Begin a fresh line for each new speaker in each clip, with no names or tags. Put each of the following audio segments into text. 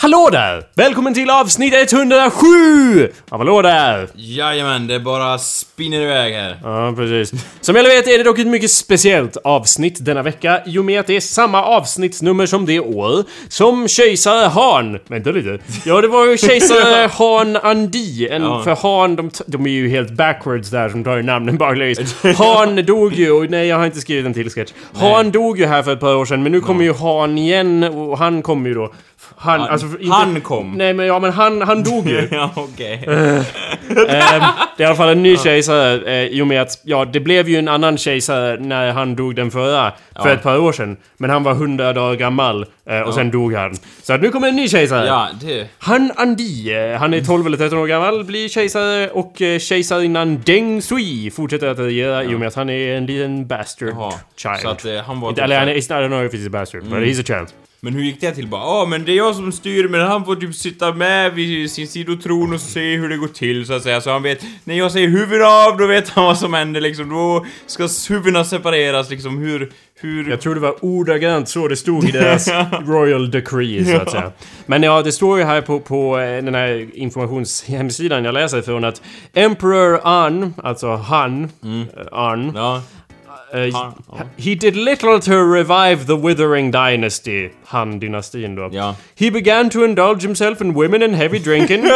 Hallå där! Välkommen till avsnitt 107! Av Hallå där!
Jajamän, det bara spinner iväg här.
Ja, precis. Som alla vet är det dock ett mycket speciellt avsnitt denna vecka i och med att det är samma avsnittsnummer som det år som kejsare Han... Vänta lite. Ja, det var ju kejsare Han Andi. En,
Ja.
För Han, de, t- de är ju helt backwards där som tar namnen baklänges. Han dog ju, och nej jag har inte skrivit en till sketch. Han dog ju här för ett par år sedan men nu kommer ju Han igen och han kommer ju då. Han,
Han-
alltså, inte,
han kom.
Nej men ja men han, han dog ju.
Ja, okej.
Eh. Ehm, det är i alla fall en ny kejsare eh, i och med att, ja det blev ju en annan kejsare när han dog den förra för
Ja.
ett par år sedan. Men han var 100 dagar gammal eh, och sen dog han. Så att nu kommer en ny kejsare.
Ja, det...
Han Andi, eh, han är 12 eller 13 år gammal, blir kejsare och eh, kejsarinnan Deng Sui fortsätter att regera i och med att han är en liten bastard
Jaha.
child.
Så att Mm. eh, han var...
Inte- Eller han är, it's not, I don't know if he's a bastard, but he's a child.
Men hur gick det till? Bara, ja men det är jag som styr men han får typ sitta med vid sin sidotron och se hur det går till så att säga. Så han vet, när jag säger huvud av då vet han vad som händer liksom. Då ska huvudena separeras liksom. Hur, hur...
Jag tror det var ordagrant så det stod i deras Royal Decree så att säga. Men ja, det står ju här på, på eh, den här informationshemsidan jag läser ifrån att Emperor An, alltså han, eh, An, eh,
Ja. Han, Mm. ja.
he did little to revive the withering dynasty, han-dynastin då.
Ja.
He began to indulge himself in women and heavy drinking. Eh,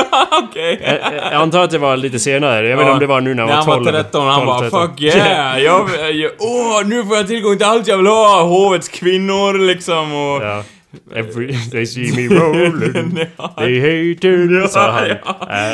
Okej.
eh, Jag antar att det var lite senare, jag vet inte om det var nu när han var 12.
var 13 han
12,
bara
13.
'Fuck yeah!' jag, jag, åh, nu får jag tillgång till allt jag vill ha! Hovets kvinnor liksom och...
Ja. Every, they see me rolling, they hate it, sa han. Eh,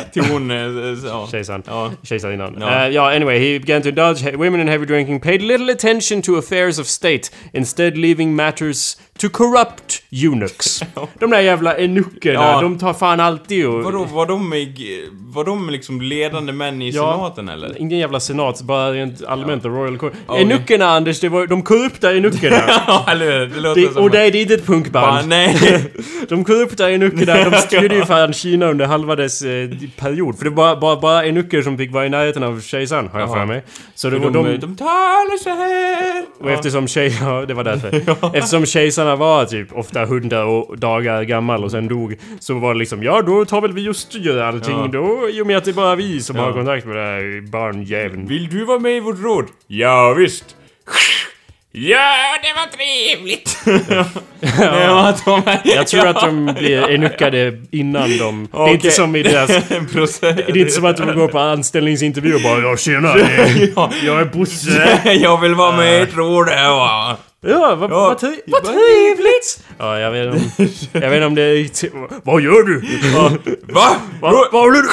Till hon... eh, så- ja.
Kejsaren.
Ja.
Kejsarinnan.
Ja.
Eh, ja, anyway, he began to indulge he- women in heavy drinking, paid little attention to affairs of state, instead leaving matters to corrupt eunuchs. de där jävla enuckerna,
Ja.
de tar fan alltid och...
Vadå, var de, i- var de liksom ledande män i senaten eller?
Ingen jävla senat, bara rent allmänt the Royal Court. Enuckerna Anders, det var de korrupta enuckerna.
Ja, eller hur? Det låter
Det,
som...
och det är inte ett punkband.
Fan, nej!
De korrupta enuckerna, de styrde ju fan Kina under halva dess eh, period. För det var bara, bara, bara enucker som fick vara i närheten av kejsaren, har jag
Ja.
för mig. Så det var
De,
de...
de, de talar så här.
Och eftersom tjej... Ja, det var därför. Eftersom kejsarna var typ ofta hundra och- dagar gammal och sen dog. Så var det liksom, ja då tar väl vi och styr allting
Ja.
då. I och med att det är bara vi som har kontakt med den här barnjäveln.
Vill du vara med i vårt råd? Ja, visst. Ja, det var trevligt! Nej, vad de är...
Jag tror att de blir enuckade innan de... Det är inte
Okej.
som i deras...
En process.
Det är inte som att de går på anställningsintervju och bara ja tjena, eh, jag är Bosse.
Jag vill vara med i ett råd här va.
Ja, vad, vad, tri- vad trevligt! Ja, jag vet om, jag vet inte om det er är... Vad gör du?
Va?
Va, vad håller du?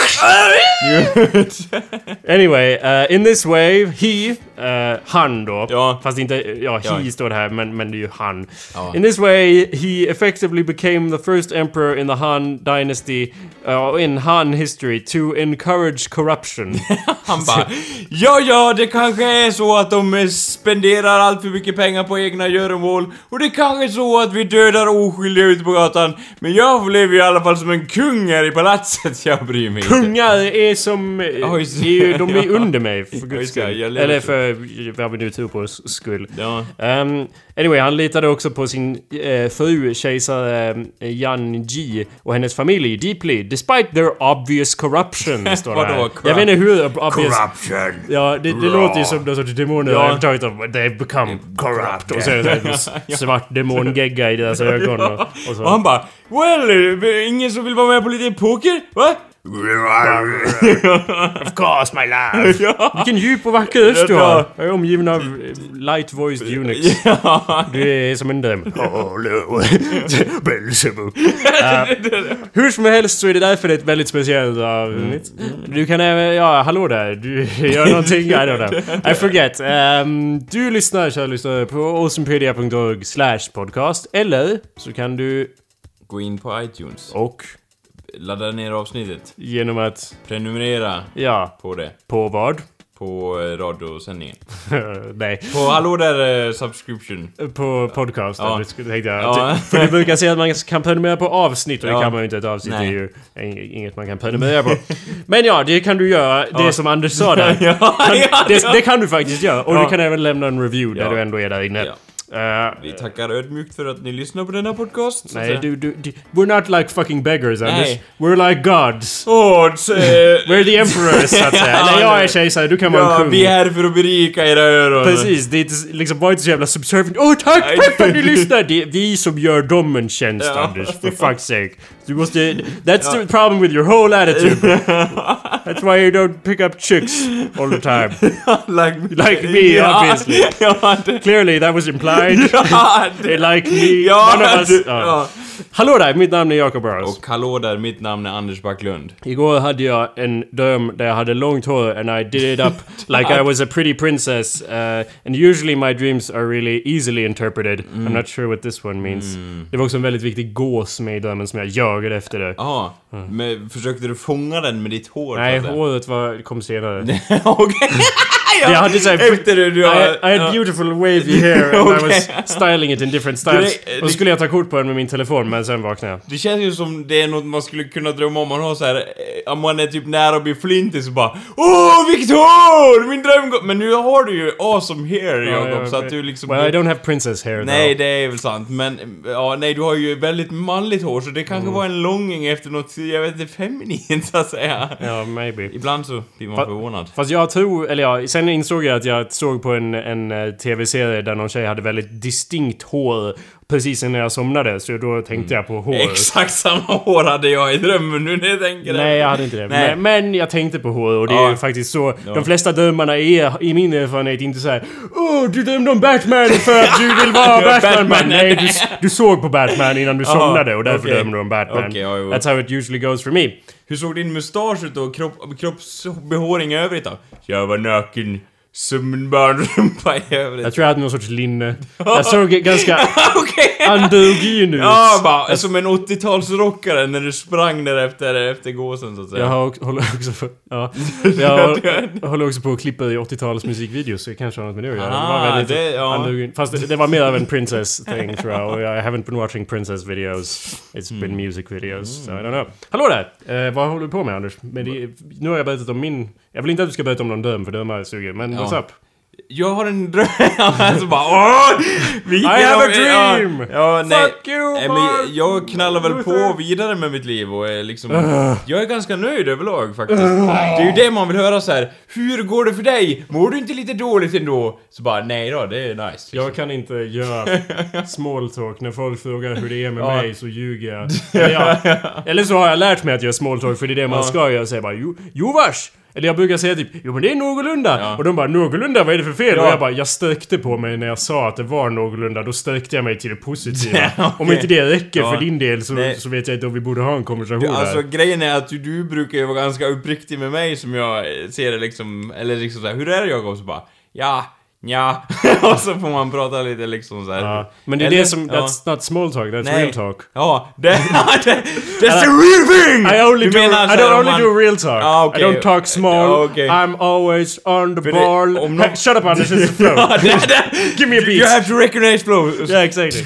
Anyway, uh, in this way, he, uh, han då,
Ja.
fast inte, ja, he
Ja.
står det här, men, men det är ju han.
Ja.
In this way, he effectively became the first emperor in the Han dynasty, uh, in Han history, to encourage corruption.
Han bara Ja, ja, det kanske är så att de eh, spenderar allt för mycket pengar på egna göromål och det kanske är så att vi dödar oskyldiga ute på gatan men jag lever i alla fall som en kung här i palatset, jag bryr mig inte.
Kungar är som, eh,
Ja, just det.
det är ju, de är
Ja.
under mig för guds
just det,
skull.
jag lever
Eller
så.
för vad vi nu tror på skull.
Ja.
Ehm, anyway, han litade också på sin eh, fru, kejsare eh, Yan Ji och hennes familj deeply, despite their obvious corruption, står det
Vadå,
här.
corrupt-
Jag vet inte hur ob- obvious...
Corruption!
Ja, det, det
Bra.
låter ju som någon sorts demoner
Ja. Mm.
ja. övertaget av They become corrupt. Och så är det en svart demongegga i deras ögon. Och, och
Och
så.
han bara Well, eh, ingen som vill vara med på lite poker? Va?
Of course my love! Vilken djup och vacker röst du har! Jag är omgiven av eh, light-voiced eunuchs.
Ja.
Du är som en dröm. Hallå, Belzebub. Hur som helst så är det därför det är ett väldigt speciellt
Mm.
avsnitt. Du kan även, ja hallå där, du gör någonting, I don't know. I forget. Ehm, du lyssnar, kära lyssnare, på awesomepedia.org slash podcast. Eller så kan du,
Gå in på iTunes,
och
ladda ner avsnittet,
genom att,
prenumerera
ja,
på det,
på vad?
på eh, radiosändningen.
Nej.
På hallå där eh, subscription.
På podcast,
Ja.
eller skulle- tänkte jag.
Ja.
För du brukar säga att man kan prenumerera på avsnitt och det
Ja.
kan man ju inte. Ett avsnitt
Nej.
är ju ing- inget man kan prenumerera på. Men ja, det kan du göra. Det som Anders sa där. Kan, det, det kan du faktiskt göra. Och du kan även lämna en review där
Ja.
du ändå är där inne.
Ja.
Eh,
Vi tackar ödmjukt för att ni lyssnar på denna podcast. så att
nej,
säga.
du, du, du, we're not like fucking beggars Anders.
Nej.
We're like gods.
Odds! Eh,
We're the emperors så att säga.
Ja,
Eller jag
det-
är kejsare, du kan vara en
ja,
kung.
vi er- är här för att berika era öron.
Precis,
er
det är inte- liksom var inte så jävla subservient. Åh tack,
Nej.
tack för att ni lyssnar! Det är vi som gör dem en tjänst
Ja.
Anders, för fuck's sake. Du måste... That's the problem with your whole attitude. That's why you don't pick up chicks all the time.
like me,
Like me,
ja,
obviously.
Ja, det,
Clearly that was implied.
ja,
They
det,
like me. None
ja,
of us.
det,
ja.
ja.
Hallå där, mitt namn är Jacob Burrows.
Och hallå där, mitt namn är Anders Backlund.
Igår hade jag en dröm där jag hade långt hår and I did it up like I
Typ.
was a pretty princess. Uh, and usually my dreams are really easily interpreted.
Mm.
I'm not sure what this one means. Det var också en väldigt viktig gås med i drömmen som jag jagade efter det.
Jaha, men försökte du fånga den med ditt hår?
Mm. Nej,
så att säga?
håret var, kom senare.
Okej!
Jag hade så här-
Efter det, du
I,
har...
I had beautiful wavy hair and I was
Okej.
styling it in different styles.
Det-
Och
det-
så skulle jag ta kort på den med min telefon men sen vaknade jag.
Det känns ju som det är något man skulle kunna drömma om man har så här, eh, om man är typ nära att bli flintig så bara Åh, vilket hår! Min dröm går... Men nu har du ju awesome hair Jakob,
Ja,
så
ja,
att du liksom...
Well, I don't have princess hair
nej,
now.
det är väl sant, men ja, nej, du har ju väldigt manligt hår så det
Mm.
kanske var en longing efter något, jag vet inte, feminint så att säga.
Ja, maybe.
Ibland så blir man förvånad.
Fast jag tror, eller ja, sen insåg jag att jag såg på en, en eh, TV-serie där någon tjej hade väldigt distinkt hår precis innan jag somnade, så då tänkte jag på hår.
Mm. Exakt samma hår hade jag i drömmen nu när jag tänker
Nej, jag hade inte det.
Nej.
Men, men jag tänkte på hår och det är
Ja.
ju faktiskt så. De flesta drömmarna är, i min erfarenhet, inte så här. Åh, du drömde om Batman för att du vill vara
Du var
Batman.
Batman.
Men nej, du, s- du såg på Batman innan du
Ja,
somnade och därför
okej.
drömde du om Batman.
Okej, ja, jo.
That's how it usually goes for me.
Hur såg din mustasch ut och kropp, kroppsbehåring i övrigt då? Jag var naken som en barnrumpa i övrigt.
Jag tror jag hade någon sorts linne. Jag såg ganska
Okej!
androgyn ut.
Ja, bara som en 80-talsrockare när du sprang där efter, efter gåsen så att säga.
Jag har också, håller också på... Ja. Jag håller, håller också på och klipper i 80-tals musikvideos, så jag kanske har något med det att göra.
Ah,
det var väldigt
det- ja.
androgyn. Fast det, det var mer av en princess thing tror jag. Och jag haven't been watching princess videos. It's
Mm.
been music videos. So I don't know. Hallå där! Eh, vad håller du på med Anders? Men det, nu har jag berättat om min... Jag vill inte att du ska berätta om någon dröm, för drömmar suger. Men
Ja.
what's up?
Jag har en dröm. alltså bara åh! Vi
I have a dream!
Ja, ja, nej.
Fuck you,
Nej,
Mark
men jag knallar väl på
Luther.
vidare med mitt liv och är liksom... Jag är ganska nöjd överlag faktiskt. Det är ju det man vill höra så här. Hur går det för dig? Mår du inte lite dåligt ändå? Så bara nej då, det är nice. liksom.
Jag kan inte göra small talk. När folk frågar hur det är med
Ja.
mig så ljuger jag. Eller, jag. eller så har jag lärt mig att göra small talk för det är det man
Ja.
ska göra. Jag säger bara jo, jo vars! Eller jag brukar säga typ jo men det är någorlunda.
Ja.
Och de bara någorlunda vad är det för fel?
Ja.
Och jag bara jag sträckte på mig när jag sa att det var någorlunda. Då sträckte jag mig till det positiva.
Ja, okej.
Om inte det räcker
Ja.
för din del så,
Nej.
så vet jag inte om vi borde ha en konversation
Du, alltså
här.
grejen är att du, du brukar ju vara ganska uppriktig med mig som jag eh, ser det liksom, eller liksom såhär, hur är det Jakob? Så bara, ja, ja och så får man prata lite liksom såhär.
Ja. Men det är
Eller?
det som,
Ja.
that's not small talk, that's
Nej.
real talk.
Ja, det, det, that's the real thing!
I only
Du
do,
menar så
I
här
don't
om
only
man-
do real talk.
Ah, okej.
I don't talk small.
Ja, okej.
I'm always on the
För det-
ball.
om
Hey,
någon-
Shut up Anders, this is flow.
Ja, det, det,
Give me a
You
beat.
have to recognize flow.
Yeah, exactly.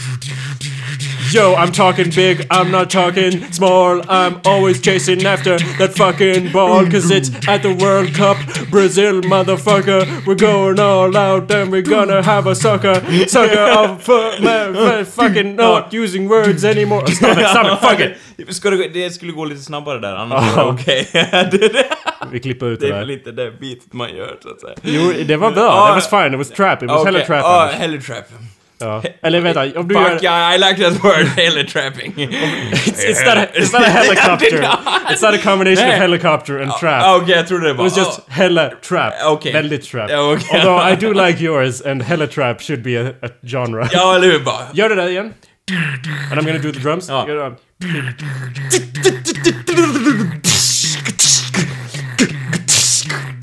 Yo, I'm talking big, I'm not talking small. I'm always chasing after that fucking ball. Cause it's at the World Cup, Brazil, motherfucker. We're going all out and we're gonna have a soccer. Soccer of fu- man, man, fucking not using words anymore. Stop it, stop it, fuck it.
Ska det, gå- det skulle gå lite snabbare där, annars är det okej. det, det,
Vi klipper ut
det
det
är väl
där.
lite det beatet man gör så att säga.
Jo, det var bra.
Ja.
Det was fine. It was trap. It
Ah,
was hella trap.
Ja,
Anders.
hella trap.
Ja. Eller vänta, om du gör...
Fuck yeah, I like that word, helitrapping.
It's, it's, not a, it's not a helicopter. It's not a combination of
Nej. Ah,
helicopter and trap.
Okej, jag trodde det var...
It was just hella trap.
Okej.
Väldigt trap.
ah, Ja, okej.
Although I do like yours and hella trap should be a, a genre.
Ja, eller hur? Bara...
Gör det där igen. And I'm gonna do the drums.
Ja.
Gör det där.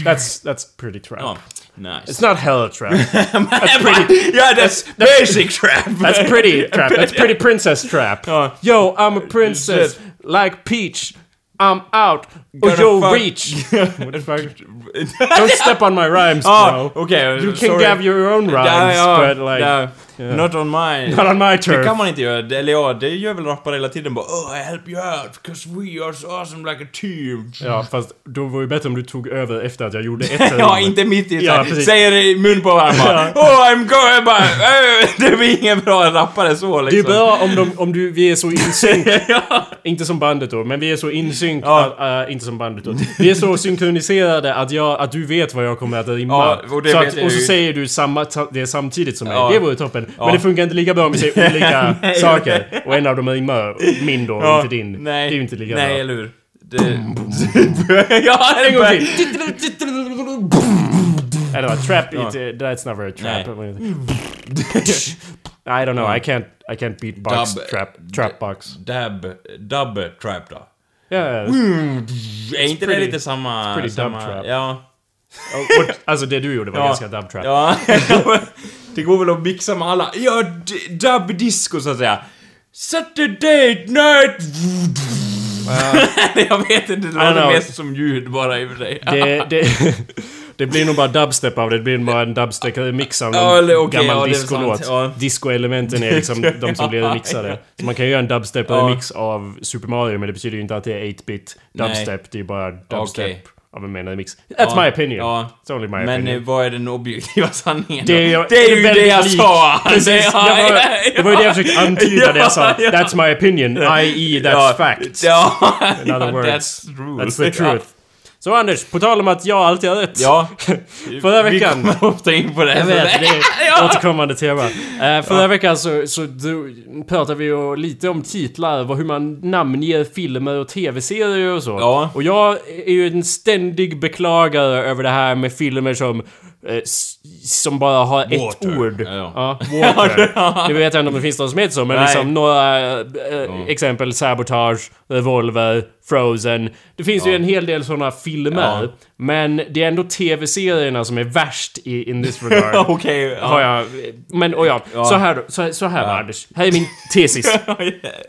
That's, that's pretty trap.
Ja, nice.
It's not hella trap.
That's pretty... yeah, that's basic trap!
That's pretty trap. That's pretty princess trap.
Ja.
Yo, I'm a princess. Like Peach. I'm out. Oh,
Gonna
yo,
fuck-
reach. What the fuck? Don't step on my rhymes,
Ah,
bro.
okej,
You
sorry.
can have your own rhymes,
ja,
but like...
ja. Not on mine.
Not on my
Det
turf.
kan man inte göra. Det- Eller ja, det gör väl rappare hela tiden bara oh, I help you out, 'cause we are so awesome like a team.
Ja, fast då var ju bättre om du tog över efter att jag gjorde ett
Ja, inte mitt i.
Ja,
Ja,
precis.
säger det i mun på varandra. Oh, I'm going bara... eh, Det blir ingen bra rappare så
Det är
liksom.
bra om, de, om du, vi är så insynk. Inte som bandet då, men vi är så insynk. Att, äh, inte som bandet då. Vi är så synkroniserade att, jag, att du vet vad jag kommer att rimma.
Ja, och det
så
vet
att,
jag
och så
ju.
säger du samma, ta- det samtidigt som mig.
Ja.
Det vore toppen.
Ja.
Men det funkar inte lika bra om vi säger olika saker. Och en av dem rimmar. Min då,
Ja,
inte din.
Nej.
Det är ju inte lika
Nej,
bra.
eller hur? Det... ja,
En gång till! Nej, det var trap. It, uh, that's never a trap. I don't know. I can't. I can't beat box
Dub.
trap. Trap box.
Dab, dub trap då.
Yeah.
Är inte det
pretty-
lite samma...
pretty dub
samma,
trap.
Ja.
Och- och- alltså det du gjorde var ganska dub trap.
Ja. det går väl att mixa med alla. Ja, d- dub disco så att säga. Saturday night... jag vet inte, det låter
know.
mest som ljud bara i och för sig.
Det, det, det blir nog bara dubstep av det. Det blir bara en dubstep-remix av
Ja,
en
eller okej, ja,
gammal
det är
discolåt.
sant, ja.
Disco-elementen är liksom de som blir remixade. Så man kan ju göra en dubstep-remix av Super Mario, men det betyder ju inte att det är 8-bit dubstep. Det är bara dubstep
Okej.
av en menad mix. That's
Ja,
my opinion.
ja.
It's only my
Men eh,
opinion.
vad är den objektiva sanningen
Det är
då?
ju-
det är ju
väldigt
det jag
lik.
sa!
Precis,
Det-
jag var, det var ju det jag försökte antyda när jag sa
Ja, ja.
That's my opinion, i.e. that's
ja,
facts.
Ja,
In other
ja,
words,
that's true.
That's the truth. Så Anders, på tal om att jag alltid har rätt.
Ja.
Förra
Vi
veckan-
kommer ofta in på det.
Jag
så
vet, det är ett
ja.
återkommande tema. Uh, förra veckan så, så dro- pratade vi ju lite om titlar och hur man namnger filmer och tv-serier och så.
Ja.
Och jag är ju en ständig beklagare över det här med filmer som eh, s- som bara har ett
Water.
ord.
Ja, ja.
water. Nu vet jag inte om det finns någon som heter så, men
Nej.
liksom några eh, exempel. Sabotage, Revolver, Frozen. Det finns ju en hel del sådana filmer.
Ja.
Men det är ändå tv-serierna som är värst i in this regard.
Okej. ja.
Har jag, men och ja, så här då, så, så här var Anders. Här är min tesis.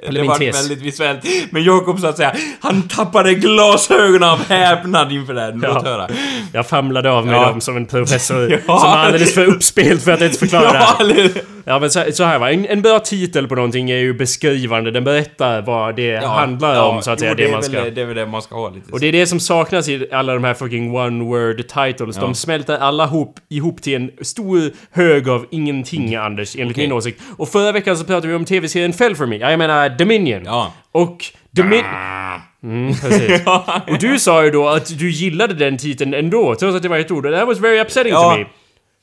det
min
var
tes.
väldigt visuellt. Men Jakob så att säga, han tappade glasögonen av häpnad inför det här. Låt
Ja.
höra.
Jag famlade av mig
Ja.
dem som en professor
Ja.
som var alldeles för uppspelt för att ens förklara det
Ja,
här.
eller hur?
Ja men så, så här va, en, en bra titel på någonting är ju beskrivande. Den berättar vad det
Ja,
handlar
ja,
om så att
jo,
säga.
det
Det
är
man
väl
ska...
Det, det är väl det man ska ha lite.
Och det är det som saknas i alla de här fucking one word titles. De smälter alla ihop, ihop till en stor hög av ingenting, Anders, enligt min åsikt. Och förra veckan så pratade vi om tv-serien Fell for me. Ja, Jag menar Dominion.
Ja.
Och Dominion... Mm, precis. Och du sa ju då att du gillade den titeln ändå, trots att det var ett ord. Och that was very upsetting
Ja.
to me.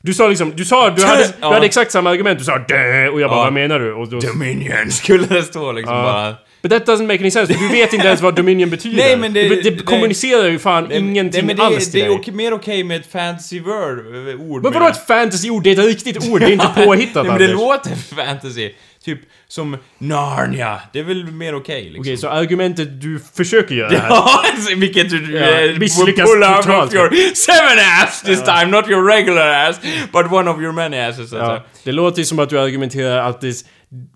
Du sa liksom, du sa, du hade,
Ja.
du hade exakt samma argument. Du sa dö och jag bara
Ja.
vad menar du? Och då,
Dominion skulle det stå liksom bara.
But that doesn't make any sense, för du vet inte ens vad Dominion betyder.
Nej, men det-
det, det
det-
kommunicerar ju fan
Nej, men-
ingenting
nej, men det,
alls till
Det är
dig.
okej, mer okej med ett fancy word. eh, ord
Men
med-
vadå ett fantasy-ord? Det är ett riktigt ord, det är inte påhittat
Nej, men det
Anders.
låter fantasy. Typ som Narnia. Det är väl mer okej liksom.
Okej, så argumentet du försöker göra här...
Ja, alltså, vilket du
Ja,
eh,
misslyckas
pull out
totalt.
of your seven ass this time, not your regular ass, but one of your many asses.
Ja,
Alltså.
det låter ju som att du argumenterar att det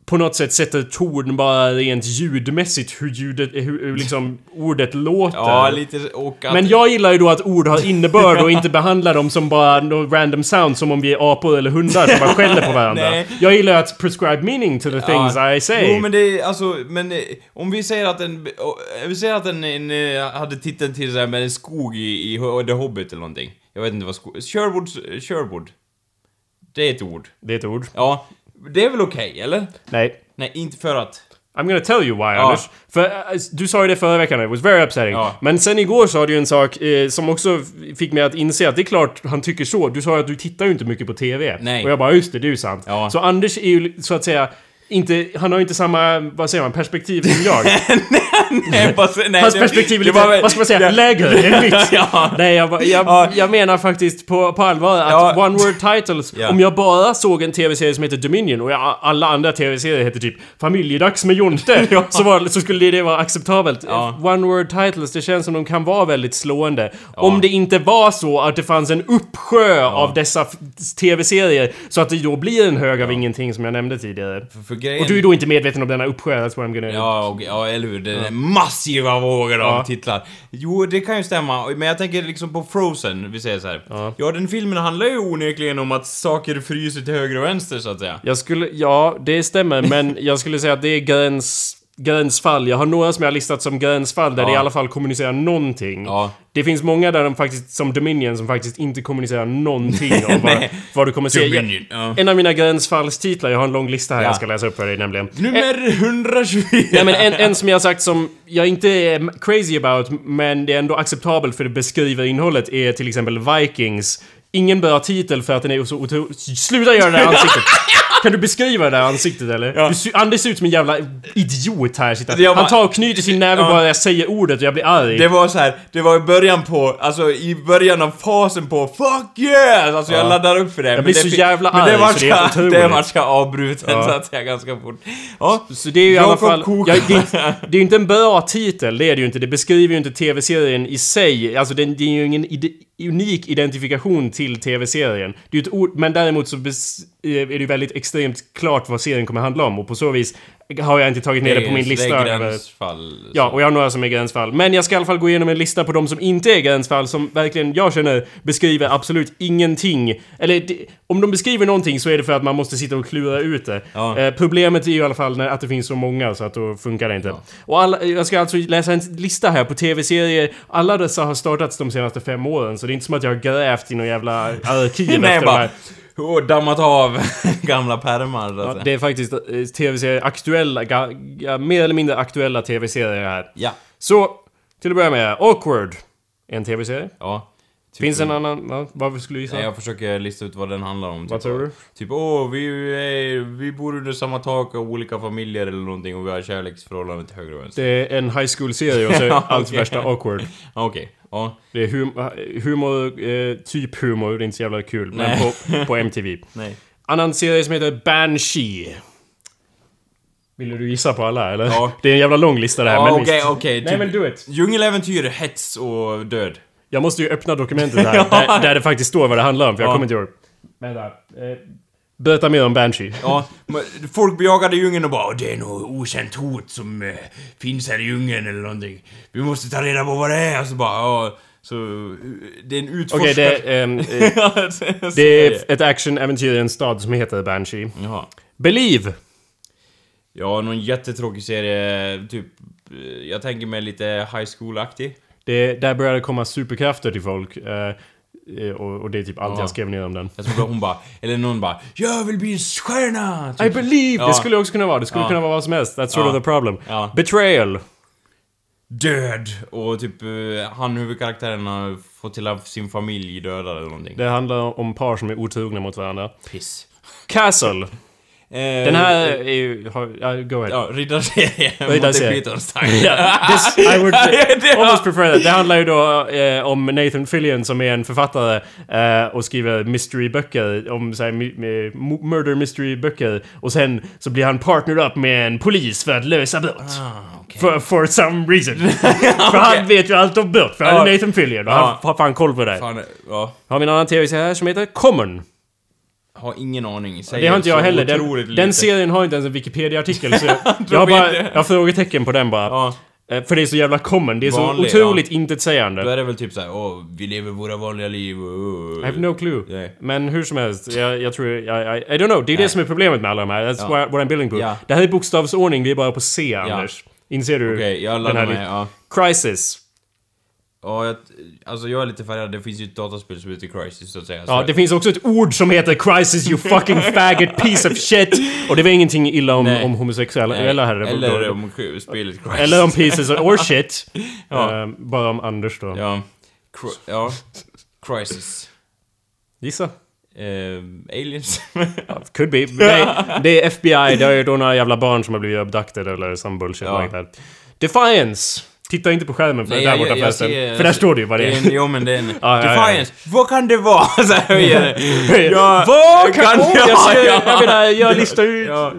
på något sätt sätter ton bara rent ljudmässigt hur ljudet, hur, hur liksom ordet låter.
Ja, lite och att...
men jag gillar ju då att ord har innebörd och inte behandlar dem som bara någon random sound som om vi är apor eller hundar som bara skäller på varandra.
Nej.
Jag gillar att prescribe meaning to the things I say.
Jo men det är alltså, men eh, om vi säger att en, eh, vi säger att en, en eh, hade titeln till såhär med en skog i, i Ho- The Hobbit eller någonting. Jag vet inte vad skog, Sherwood, Sherwood. Det är ett ord.
Det är ett ord.
Ja, det är väl okej, eller?
Nej.
Nej, inte för att...
I'm gonna tell you why Anders. För eh, du sa ju det förra veckan, it was very upsetting.
Ja.
Men sen igår sa du ju en sak eh, som också f- fick mig att inse att det är klart han tycker så. Du sa ju att du tittar ju inte mycket på TV.
Nej.
Och jag bara, just det, det är ju sant.
Ja.
Så Anders är ju så att säga inte, han har ju inte samma, vad säger man, perspektiv som jag.
Nej, fast, nej,
Hans
det-
perspektiv är
det
lite,
var väl-
vad ska man säga, lägre än mitt.
Ja.
Nej, jag, bara- jag,
Ja.
jag menar faktiskt på, på allvar att
Ja.
One Word Titles,
Ja.
om jag bara såg en tv-serie som heter Dominion och jag, alla andra tv-serier heter typ Familjedags med Jonte, så, var, så skulle det vara acceptabelt.
Ja.
One Word Titles, det känns som de kan vara väldigt slående. Om det inte var så att det fanns en uppsjö av dessa f- tv-serier, så att det då blir en hög av ingenting som jag nämnde tidigare.
För grejen...
Och du är då inte medveten om denna uppsjö, that's what I'm gonna...
Ja, och, ja eller hur. Det, massiva vågor av
Ja.
titlar. Jo, det kan ju stämma, men jag tänker liksom på Frozen, vi säger så här.
Ja.
ja, den filmen handlar ju onekligen om att saker fryser till höger och vänster, så att säga.
Jag skulle, ja, det stämmer, men jag skulle säga att det är gräns, gränsfall. Jag har några som jag har listat som gränsfall där det i alla fall kommunicerar någonting.
Ja.
Det finns många där de faktiskt, som Dominion, som faktiskt inte kommunicerar någonting om vad, vad du kommer se.
Dominion, ja.
En av mina gränsfallstitlar, jag har en lång lista här
Ja.
jag ska läsa upp för dig nämligen.
Nummer 124!
Eh. Nej, men en, en som jag har sagt som jag inte är crazy about, men det är ändå acceptabelt för det beskriver innehållet, är till exempel Vikings. Ingen bra titel för att den är så otro... Sluta göra det där ansiktet! Kan du beskriva det där ansiktet eller?
Ja.
Du ser- Anders ser ut som en jävla idiot här. Sitter.
Jag bara-
Han tar och knyter sin näve bara jag säger ordet och jag blir arg.
Det var så här, det var i början på, alltså i början av fasen på 'Fuck yes!' Alltså jag laddar upp för det. men
blir
det
så
fick-
jävla
men
arg,
var
så det är helt
så- Det
otroligt.
var så avbruten
Ja.
så att säga ganska fort. Ja,
Så det är ju i alla
Jakob
fall...
Kok.
Ja, det, det är ju inte en bra titel, det är det ju inte. Det beskriver ju inte TV-serien i sig. Alltså det, det är ju ingen ide, unik identifikation till TV-serien. Det är ju ett ord, men däremot så bes, eh, är det ju väldigt extremt klart vad serien kommer handla om och på så vis har jag inte tagit med det, på min
Det
lista. eh,
är
över-
gränsfall.
Ja, och jag har några som är gränsfall. Men jag ska i alla fall gå igenom en lista på de som inte är gränsfall, som verkligen, jag känner, beskriver absolut ingenting. Eller, det, om de beskriver någonting så är det för att man måste sitta och klura ut det.
Ja.
Eh, problemet är ju i alla fall när, att det finns så många, så att då funkar det inte. Och alla, jag ska alltså läsa en lista här på tv-serier. Alla dessa har startats de senaste fem åren, så det är inte som att jag har grävt i någon jävla arkiv efter
Nej,
de
bara...
här.
Och dammat av gamla pärmar. så att
Ja,
säga.
det är faktiskt eh, tv-serier, aktuella, ga, ga, mer eller mindre aktuella tv-serier här.
Ja.
Så, till att börja med, Awkward. En tv-serie.
Ja. Typ-
Finns en annan? Ja, vad skulle du gissa?
Nej, jag försöker lista ut vad den handlar om.
Vad
typ.
tror du?
Typ åh, vi, eh, vi bor under samma tak och olika familjer eller någonting och vi har kärleksförhållanden till höger och vänster.
Det är en high school-serie och så är
Ja,
allt
okej.
värsta awkward.
Ja, Ah, Okej, ja.
Det är hum- humor, eh, typ humor, det är inte så jävla kul, men på, på MTV.
Nej.
Annan serie som heter Banshee. Vill du gissa på alla eller?
Ja.
Det är en jävla lång lista det här,
Ja,
men
Ah, Okej,
visst.
okej. typ
Nej men do it!
Djungeläventyr, hets och död.
Jag måste ju öppna dokumentet här, där, där det faktiskt står vad det handlar om, för jag
Ja.
kommer inte ihåg. Vänta. Eh, berätta mer om Banshee.
Ja, men folk bejagade djungeln och bara "Åh, det är något okänt hot som eh, finns här i djungeln eller någonting. Vi måste ta reda på vad det är. Och så bara ja, så eh, det är en
Okej,
utforskare.
det är... ehm, eh,
det,
Det är ett actionäventyr i en stad som heter Banshee.
Jaha.
Believe!
Ja, någon jättetråkig serie, typ... eh, Jag tänker mig lite high school-aktig.
Det, där börjar det komma superkrafter till folk. eh, eh, och, och det är typ allt jag skrev ner om den.
Jag tror hon bara... Eller någon bara Jag vill bli en stjärna!
I
Typ.
believe!
Ja.
Det skulle också kunna vara. Det skulle
Ja.
kunna vara vad som helst. That's sort
Ja.
of the problem.
Ja.
Betrayal.
Död! Och typ eh, han huvudkaraktären har fått till att sin familj dödad eller någonting.
Det handlar om par som är otrogna mot varandra.
Piss. Eh,
Castle. Den här är ju... Har, ja, go ahead.
Ja, riddarserien. Monty
Riddarserien.
Pythons tankar.
This, I would
det var-
almost prefer that. Det handlar ju då eh, om Nathan Fillion som är en författare eh, och skriver mysteryböcker om så här, my- my- mo- murder mysteryböcker. Och sen så blir han partnered up med en polis för att lösa brott.
Ah,
for, for some reason. för han vet ju allt om brott, för han är
Ja.
Nathan Fillion och
Ja.
han har fan koll på det.
Fan, ja.
Har vi en annan tv-serie här som heter Common.
Har ingen aning. Säger
Det har inte jag
så
heller.
otroligt
Den,
lite.
den serien har inte ens en Wikipedia-artikel. Så jag,
Då
jag har
vet
bara
jag.
jag har frågetecken på den bara.
Ja.
Eh, För det är så jävla common. Det är
Vanlig,
så otroligt intetsägande.
Då är det väl typ såhär, åh, vi lever våra vanliga liv och...
I have no clue.
Nej.
Men hur som helst, jag, jag tror... Jag, I, I don't know. Det är det som är problemet med alla de här. That's
Ja.
what, what I'm building for.
Ja.
Det här är bokstavsordning, vi är bara på C, Anders. Inser du?
Okej, jag laddar mig. Ja.
Crisis.
Ja, jag, alltså jag är lite färgad. Det finns ju ett dataspel som heter Crisis så att säga.
Ja, det finns också ett ord som heter crisis you fucking faggot piece of shit. Och det var ingenting illa om,
Nej.
om homosexuella eller här.
Eller om sju- spelet Crisis.
eller om pieces or shit. Ehm, bara om Anders då.
Ja. Cri- ja. Crisis.
Gissa.
Eh, aliens.
Could be. Nej, det är FBI. Det är ju då några jävla barn som har blivit abducted eller some bullshit
Ja.
like that. Defiance! Titta inte på skärmen för
Nej,
där
jag-
borta
jag- jag
förresten.
ser-
för där står det ju vad det
en,
är.
jo men det är en...
ja, ja.
Defiance! Vad kan det vara? Så här höjer det. Ja,
Vad kan
kan-
jag, jag,
ja,
ser,
ja.
jag menar, jag listar ut...
ja.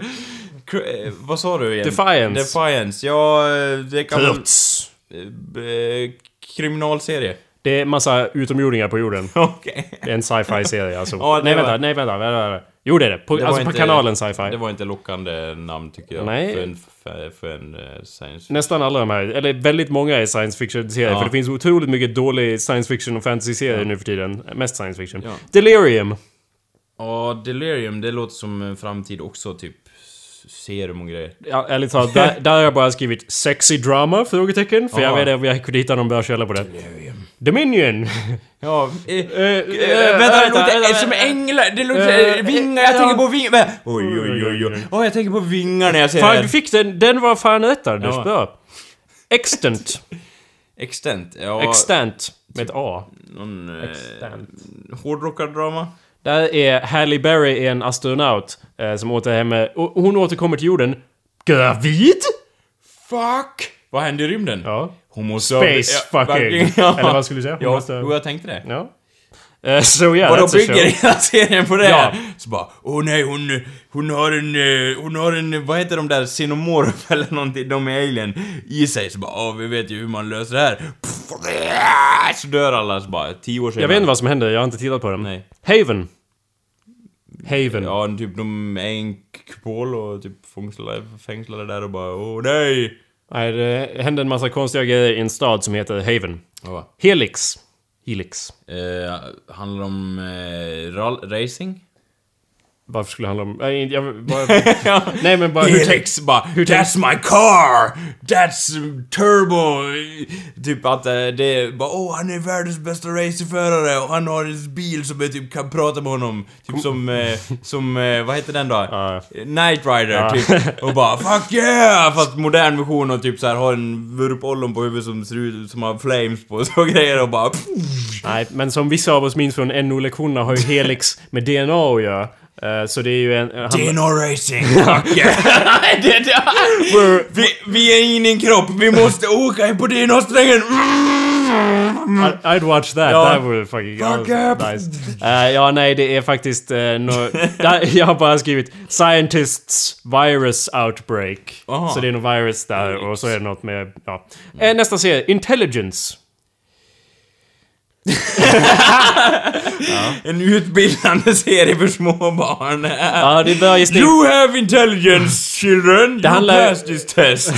Cri- eh, Vad sa du igen?
Defiance.
Defiance. Ja, eh, det kan vara...
Trots.
Eh, eh, Kriminalserie.
Det är massa utomjordingar på jorden.
Okej.
Det är en sci-fi serie alltså.
Ja, det
nej,
var-
vänta, nej vänta, vänta, vänta. Jo det är det. På,
Det var
alltså på
inte-
kanalen sci-fi.
Det var inte lockande namn tycker jag.
Nej.
För en, för, för en eh, science
Nästan alla de här, eller väldigt många är science fiction-serier.
Ja.
För det finns otroligt mycket dålig science fiction och fantasy-serier nu för tiden. Mest science fiction.
Ja.
Delirium.
Ja, Delirium, det låter som en framtid också, typ s- serum och grejer.
Ja, ärligt talat, där, där har jag bara skrivit 'sexy drama?' frågetecken. För jag
Ja.
vet inte om jag kunde hitta någon bra källa på det.
Delirium.
Dominion!
Ja, eh, eh,
eh,
vänta, vänta,
vänta,
det låter
vänta,
eh, som
vänta.
änglar, det
Eh,
låter... Eh, vingar,
eh,
jag tänker
ja.
på vingar. vänta. Oj, oj, oj, oj. Åh, jag tänker på vingar när jag ser
fan, du
det.
fick den! Den var fan rätt Anders,
Ja.
bra! Extant.
Extent, ja.
Extant. Med ett A.
Någon... Eh,
Extant.
Hårdrockardrama.
Där är Halle Berry en astronaut eh, som återhämmer... Och hon återkommer till jorden. Gravid?
Fuck! Vad händer i rymden?
Ja.
Homo
Space fucking. Eller vad skulle du säga? Hon
Ja,
måste-
jo, jag tänkte det.
Ja. Eh, so yeah,
Vadå
that's a
bygger
show.
hela serien på det?
Ja.
Så bara, åh nej hon, hon har en, eh, hon har en, eh, vad heter de där, xenomorf eller någonting, de är alien, i sig. Så bara, åh vi vet ju hur man löser det här. Pff, Så dör alla, så bara, tio år senare.
Jag vet inte vad som händer, jag har inte tittat på den.
Nej.
Haven. Haven.
Ja, typ de är i en kupol och typ fångslade, fängslade där och bara, åh nej!
Nej, det händer en massa konstiga grejer i en stad som heter Haven.
Ja.
Helix. Helix.
Eh, handlar om eh, ra- racing?
Varför skulle det handla om... Nej, inte- jag, bara, nej men bara... hur tänk-
Helix bara That's my car! That's turbo! Typ att eh, det är bara åh han är världens bästa racerförare och han har en bil som är typ kan prata med honom. Typ som, eh, som eh, vad heter den då?
Ja.
Night Rider typ. Och bara fuck yeah! Fast modern version och typ så här har en vurpollon på huvudet som ser ut som har flames på sig och grejer och bara
Nej, men som vissa av oss minns från NO-lektionerna har ju Helix med DNA att göra. Eh, Så det är ju en... Han,
DNA racing, fuck yeah! det, det, vi, vi är inne i en kropp, vi måste åka in på DNA-strängen! Mm.
I- I'd watch that,
Ja.
that would fucking...
Fuck
that was
up.
nice. Eh, ja, nej, det är faktiskt... Uh, no, där, jag har bara skrivit “Scientists virus outbreak”.
Aha.
Så det är något virus där och så är det något med... Ja. Eh, nästa serie, Intelligence.
En utbildande serie för små barn.
Ja, det börjar just
You have intelligence children! You
handlar-
passed this test!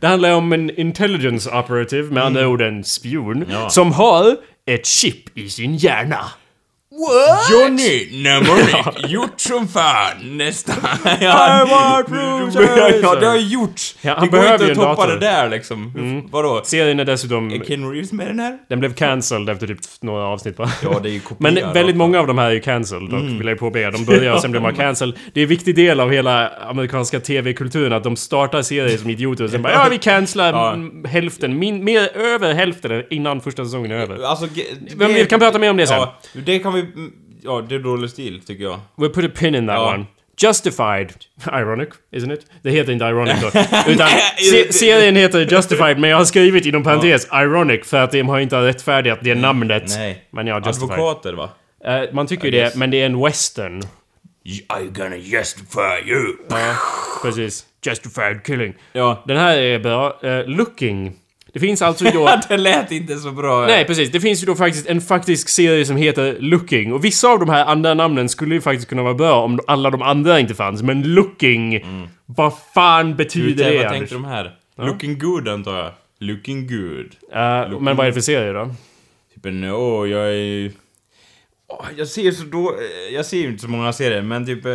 Det handlar om en intelligence operative, med andra ord en spion,
Ja.
som har ett chip i sin hjärna.
Johnny, Nemonic, gjort som fan! Nästa! Ja,
Harvard Rogers.
ja, det har jag gjort!
Ja, han
det går
behöver
inte
ju
att
en
toppa
dator. Mm.
det där liksom. Vadå?
Serien är dessutom...
Ken Reeves med den här?
Den blev cancelled efter typ några avsnitt bara.
Ja, det Mm. är ju kopior
Men
av-
väldigt många av de här är ju cancelled dock, vill jag ju påpeka. De börjar och sen blir man cancelled. Det är en viktig del av hela amerikanska TV-kulturen att de startar serier som idioter och sen bara ja, vi cancelar
Ja.
mm, hälften, min, mer över hälften innan första säsongen är över.
Alltså, ge-
Men vi
ge-
kan prata mer om det sen.
Ja, det kan vi... mm, Ja, det är dålig stil, tycker jag.
We'll put a pin in that
Ja.
one. Justified. Ironic, isn't it? Det heter inte Ironic då. Utan
Nej,
se serien heter Justified men jag har skrivit inom parentes Ironic för att de har inte rättfärdigat det namnet.
Nej.
Men ja, Justified.
Advokater, va?
Eh, man tycker ju det, men det är en western.
I'm gonna justify you!
Precis. Justified killing.
Ja.
Den här är bra. Eh, looking. Det finns alltså då...
det lät inte så bra.
Nej, precis. Det finns ju då faktiskt en faktisk serie som heter Looking. Och vissa av de här andra namnen skulle ju faktiskt kunna vara bra om alla de andra inte fanns. Men Looking... Vad fan betyder
Utan,
det,
Mm. vad
Anders?
tänkte de här? Looking good, antar jag. Looking good.
Eh, men vad är det för serie då?
Typ en, åh, jag är... Åh, Jag ser så då... eh, Jag ser ju inte så många serier, men typ... eh,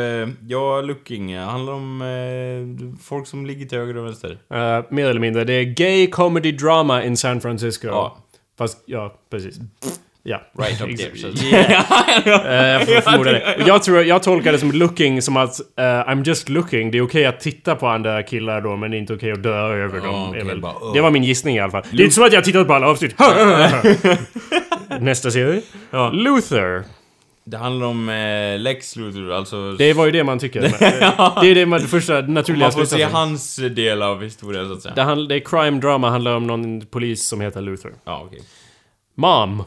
Ja, looking. eh, Handlar om eh, folk som ligger till höger och vänster.
Eh, mer eller mindre. Det är Gay Comedy Drama in San Francisco.
Ja.
Fast, ja, precis. Ja.
Right up
Exakt.
there.
Eh, jag får förmoda det. Och Jag, tror, jag tolkar det som looking som att eh, I'm just looking. Det är okej att titta på andra killar då men det är inte okej att dö över dem.
okej,
är väl.
bara, oh.
Det var min gissning i alla fall. Det är inte som att jag har tittat på alla avsnitt. Nästa serie. Luther.
Det handlar om eh, Lex Luthor, alltså...
Det var ju det man tycker. Det är det man, det första naturliga
man får se
slutsatsen.
hans del av historien, så att säga.
Det, handl- det är crime drama handlar om någon polis som heter Luther.
Ja, okej.
Mom.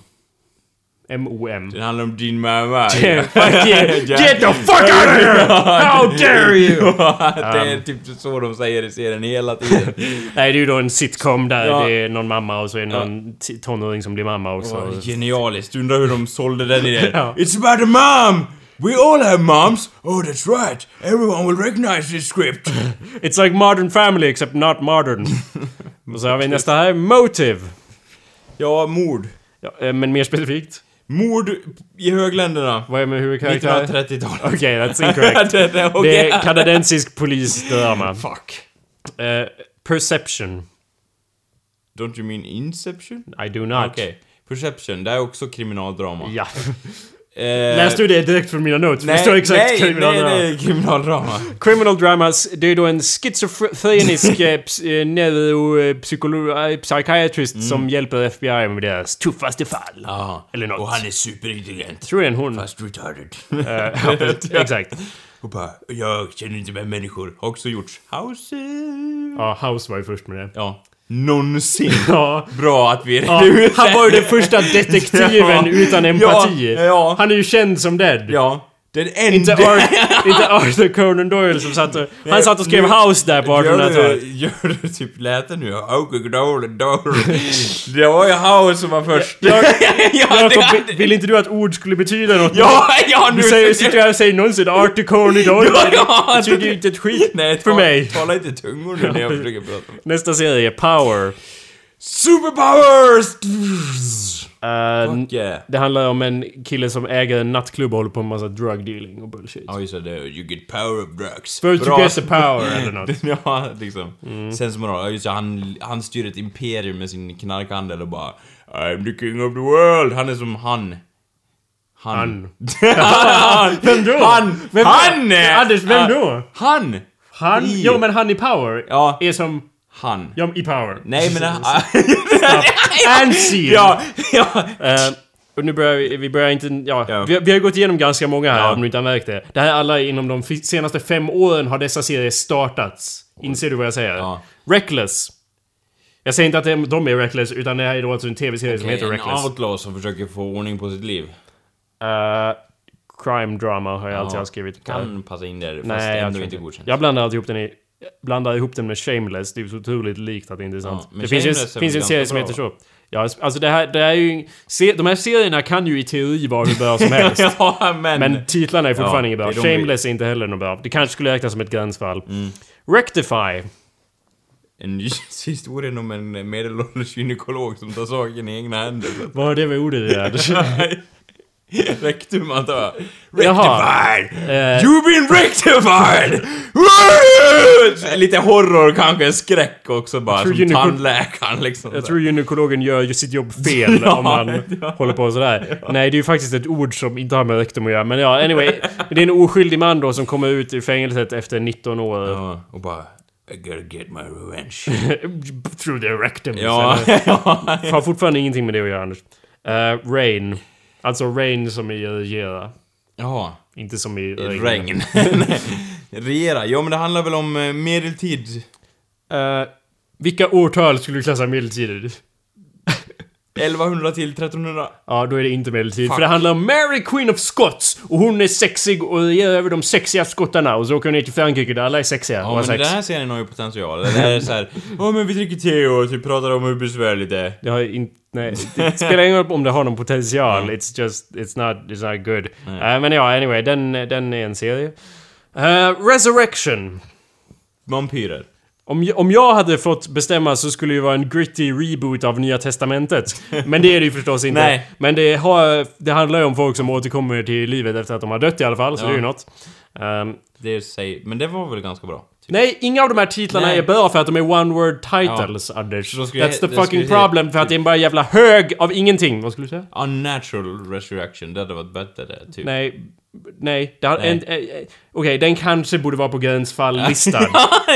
M-O-M.
Den handlar om din mamma.
Yeah, fuck yeah. Get the fuck out of here! How dare you! Um.
det är typ så de säger i serien hela tiden.
Nej, det är ju då en sitcom där
Ja.
det är någon mamma och så är det någon t- tonåring som blir mamma också.
Genialiskt, undrar hur de sålde den idén.
Ja.
It's about a mom! We all have moms. Oh, that's right. Everyone will recognize this script.
It's like modern family except not modern. Och så har vi nästa här, Motive.
Ja, mord.
Ja, eh, men mer specifikt.
Mord i högländerna.
Vad är med huvudkaraktär?
1930-talet.
Okej, that's incorrect.
det, det,
Det
okej.
är kanadensisk polisdrama.
Fuck.
Eh, perception.
Don't you mean Inception?
I do not.
Okej. Perception, det är också kriminaldrama.
Ja.
Eh,
Läste du det direkt från mina notes? Nej, Förstår exakt
nej,
kriminaldrama.
Nej, nej, kriminaldrama.
Criminal dramas, det är då en schizofrenisk eh, ps- eh, neuropsykolog, eh, psychiatrist som hjälper FBI med deras tuffaste fall.
Mm. Ja.
Eller något.
Och han är superintelligent.
tror det är en hon.
Fast retarded.
Eh, ja, precis. exakt.
Och bara, jag känner inte med människor. Har också gjorts. House...
Ja, House var ju först med det.
Ja. Någonsin.
Ja.
Bra att vi är
Ja, han var ju den första detektiven
Ja.
utan empati.
Ja, ja.
Han är ju känd som dead.
Ja. Den
Inte,
enda...
Ar- inte Arthur Conan Doyle som satt och... Han satt och skrev House där på
Gör
1800-talet.
du, gör du typ läten nu? Åker dåle dåle. Det var ju House som var först.
Jag-
ja,
Jakob,
det-
vill inte du att ord skulle betyda något?
ja, ja, nu...
Du säger, sitter här och säger någonsin Arthur Conan Doyle.
Ja, ja.
Det betyder ju inte ett skit
Nej,
för
ta-
mig.
Tala inte tungor nu när jag försöker prata.
Nästa serie, Power.
Superpowers!
Eh,
Fuck yeah.
det handlar om en kille som äger en nattklubb och håller på med massa drug dealing och bullshit.
Ja, just det. You get power of drugs.
First you
Bra.
get the power eller något. Mm.
ja, liksom. Sen som han, just det, han, han styr ett imperium med sin knarkhandel och bara I'm the king of the world. Han är som han. Han.
Han.
han.
Vem då?
Han!
Vem då?
han är-
Anders, vem då?
Han!
Han?
I-
Jo men han i Power
Ja.
är som...
Han.
Ja, i Power.
Nej men... ah,
And scene.
ja, ja.
Eh, och nu börjar vi, vi börjar inte, ja,
Ja.
Vi, har- vi har gått igenom ganska många här
Ja.
om du inte har märkt det. Det här är alla inom de fi- senaste fem åren har dessa serier startats. Inser du vad jag säger?
Ja.
Reckless. Jag säger inte att de- de är reckless, utan det här är då alltså en TV-serie som heter
En
Reckless.
outlaw som försöker få ordning på sitt liv.
Eh, crime drama har jag alltid
Ja.
har skrivit. Eh,
Kan passa in där, fast
Nej, jag
ändå
tror inte
inte godkänt.
Jag blandar alltid ihop den i... Blandar ihop den med Shameless, det är ju så otroligt likt att det inte är sant.
Ja, men
det finns ju
Shameless är
finns ju
väl
en serie
ganska
som
bra,
heter så. Ja, alltså det här, det här är ju... Se, de här serierna kan ju i teori vara hur bra som helst.
ja, men...
Men titlarna är fortfarande
Ja,
inget bra.
det är de vi- Mm.
Shameless är inte heller något bra. Det kanske skulle räknas som ett gränsfall. Rectify.
En historien om en medelålders gynekolog som tar saken i egna händer.
Vad har det med ordet att göra?
Rektum antar jag.
Jaha. Eh.
Rectified! You've been rectified! Lite horror kanske, skräck också bara.
tror
Som
gyneko-
tandläkaren liksom.
Jag tror gynekologen gör ju sitt jobb fel
Ja,
om man
ja.
håller på sådär. Nej, det är ju faktiskt ett ord som inte har med rektum att göra. Men ja, anyway. Det är en oskyldig man då som kommer ut ur fängelset efter 19 år.
Ja, och bara... I gotta get my revenge.
Through the rectum.
ja,
Så
ja.
det Har fortfarande ingenting med det att göra, Anders. Eh, rain. Alltså rain som i regera.
Jaha.
Inte som i regn.
Regn. Regera. Ja men det handlar väl om eh, medeltid.
Eh, vilka årtal skulle du klassa medeltiden?
1100 till 1300.
Ja, då är det inte medeltid.
Fuck.
För det handlar om Mary Queen of Scots! Och hon är sexig och ger över de sexiga skottarna. Och så åker hon ner till Frankrike där alla är sexiga och
Ja
har
men
sex.
den här serien har ju potential. Det här är såhär, ja men vi dricker te och typ pratar om hur besvärligt det är.
Det har inte... Nej, det spelar ingen roll om det har någon potential.
Mm.
It's just... It's not, it's not good. Eh, men ja, anyway. Den, den är en serie. Eh, Resurrection.
Vampyrer.
Om, j- om jag hade fått bestämma så skulle det ju vara en gritty reboot av Nya Testamentet. Men det är det ju förstås inte.
Nej.
Men det, har, det handlar ju om folk som återkommer till livet efter att de har dött i alla fall, så det är ju något. Ehm,
Det säger, men det var väl ganska bra? Typ.
nej, inga av de här titlarna
Nej.
är bra för att de är one word titles, Anders.
Så då skulle jag-
That's the
då skulle
fucking
jag-
problem för att det är bara en jävla hög av ingenting. Vad skulle du säga?
Unnatural resurrection, det hade varit bättre det, typ.
Nej. Nej, det har
Nej.
en- eh, eh, Okej, den kanske borde vara på gränsfall-listan.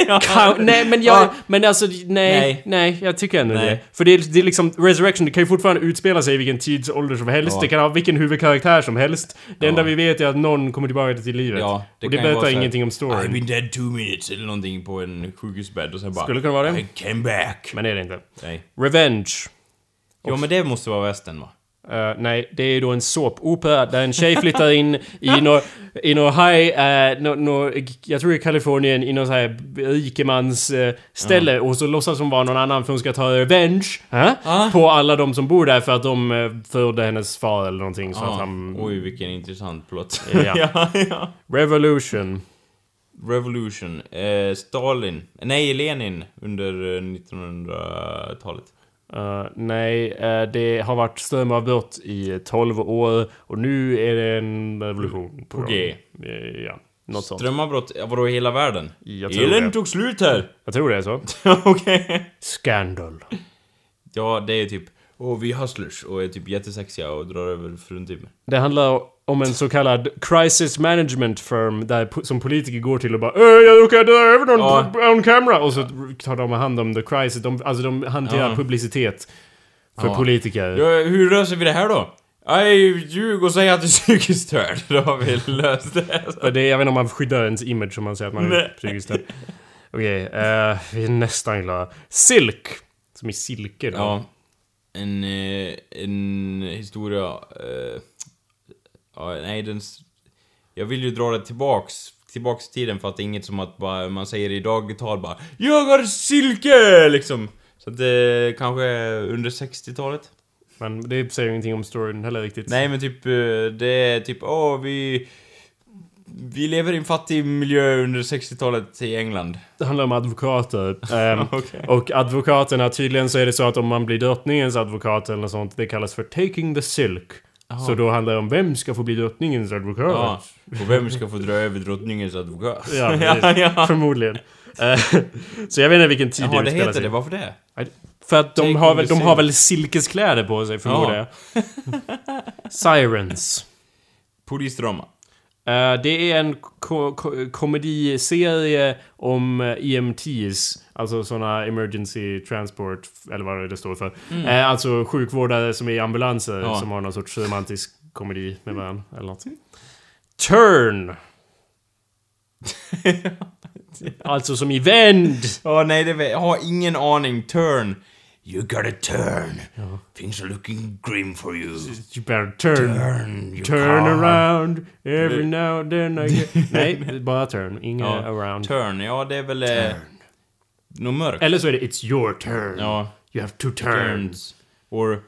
ja.
Ka- nej men jag,
Ja.
men alltså nej, nej,
Nej.
jag tycker ändå
Nej.
det. För det är, det är liksom, Resurrection, det kan ju fortfarande utspela sig i vilken tidsålder som helst.
Ja.
Det kan ha vilken huvudkaraktär som helst. Det
Ja.
enda vi vet är att någon kommer tillbaka till livet.
Ja, det
och det
kan ju vara
berättar
så här,
ingenting om
I've
storyn.
been dead two minutes eller någonting på en sjukhusbädd och sen bara...
Skulle kunna vara det.
I came back.
Men det är det inte.
Nej.
Revenge.
Jo men det måste vara västern va?
Eh, nej, det är då en såpopera där en tjej flyttar in i någon i nå high, eh, nå- nå- jag tror i Kalifornien, i någon så här rikemans eh, ställe och så låtsas hon vara någon annan för hon ska ta revenge eh,
Ah.
på alla de som bor där för att de eh, förde hennes far eller någonting så att han...
Oj, vilken intressant plott.
Ja.
ja, ja.
Revolution.
Revolution. Eh, Stalin. Nej, Lenin under eh, 1900-talet.
Eh, nej, eh, det har varit strömavbrott i 12 år och nu är det en revolution.
På G.
Eh, ja, något sånt.
Strömavbrott, ja, vadå i hela världen?
Jag tror
Elen
det.
tog slut här!
Jag tror det är så.
Okej.
Scandal.
Ja, det är typ... Och vi har slush och är typ jättesexiga och drar över fruntimmer.
Det handlar om en så kallad crisis management firm där po- som politiker går till och bara "Öh, jag råkade dra över någon
Ja.
på- on camera och så tar de hand om the crisis. De, alltså de hanterar
Ja.
publicitet för
Ja.
politiker.
Ja, hur löser vi det här då? Aj, ljug och säg att du är psykiskt störd. Då har vi löst det.
Och Det, jag vet inte om man skyddar ens image om man säger att man är
Nej.
psykiskt störd. Okej, eh, vi är nästan klara. Silk! Som i silke då.
Ja. En, eh, en historia... Eh, ja, nej, den... s- Jag vill ju dra det tillbaks. Tillbaks i tiden för att det är inget som att bara, man säger i dagtal bara Jag har silke! Liksom. Så att det kanske är under 60-talet.
Men det säger ju ingenting om storyn heller riktigt.
Nej men typ, eh, det är typ, åh vi... Vi lever i en fattig miljö under 60-talet i England.
Det handlar om advokater. Ehm,
Okej.
Och advokaterna, tydligen så är det så att om man blir drottningens advokat eller något sånt, det kallas för taking the silk. Så då handlar det om vem ska få bli drottningens advokat?
Ja. Och vem ska få dra över drottningens advokat?
Ja, precis. Förmodligen. Eh, så jag vet inte vilken tid
Jaha,
det
det
utspelar
heter
sig.
det, varför det?
För att de
Taking
har, väl,
the
de har
silk.
väl silkeskläder på sig, förmodar jag. Sirens.
Polisdrama.
Eh, det är en ko- ko- komediserie om eh, EMTs, alltså såna emergency transport, eller vad det står för. Eh, alltså sjukvårdare som är i ambulanser
Mm. Ja.
som har någon sorts romantisk komedi med varandra, eller något. Turn! alltså som i vänd!
Ja, nej, det vet jag. har ingen aning. Turn. You gotta turn. Things are looking grim for you.
You better turn.
Turn, you
Turn
can't.
around every now and then I get... Nej, bara turn. Inga
Ja,
around.
Turn, ja det är väl... eh, Något mörkt.
Eller så är det It's your turn.
Ja.
You have to turn.
Turns. Or...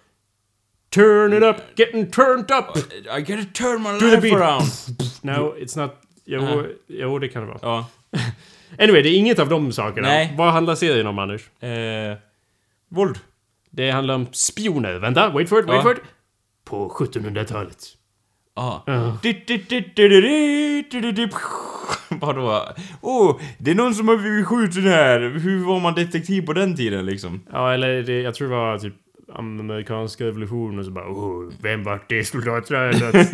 Turn it up, getting turned up!
eh, I gotta turn my
the
life
beat.
around.
No, it's not... Jo, jo, det kan det vara.
Ja.
Anyway, det är inget av de sakerna.
Nej.
Vad handlar serien om, Anders?
Eh, våld.
Det handlar om spioner. Vänta, wait for it, wait
Ja.
for it. På 1700-talet.
Ja. Ditt, ditt, ditt, ditt, ditt, ditt, ditt, ditt. Vadå? Åh, det är någon som har blivit skjuten här. Hur var man detektiv på den tiden liksom?
Ja, eller det, jag tror det var typ amerikanska revolutionen och så bara oh, vem vart det soldatröret?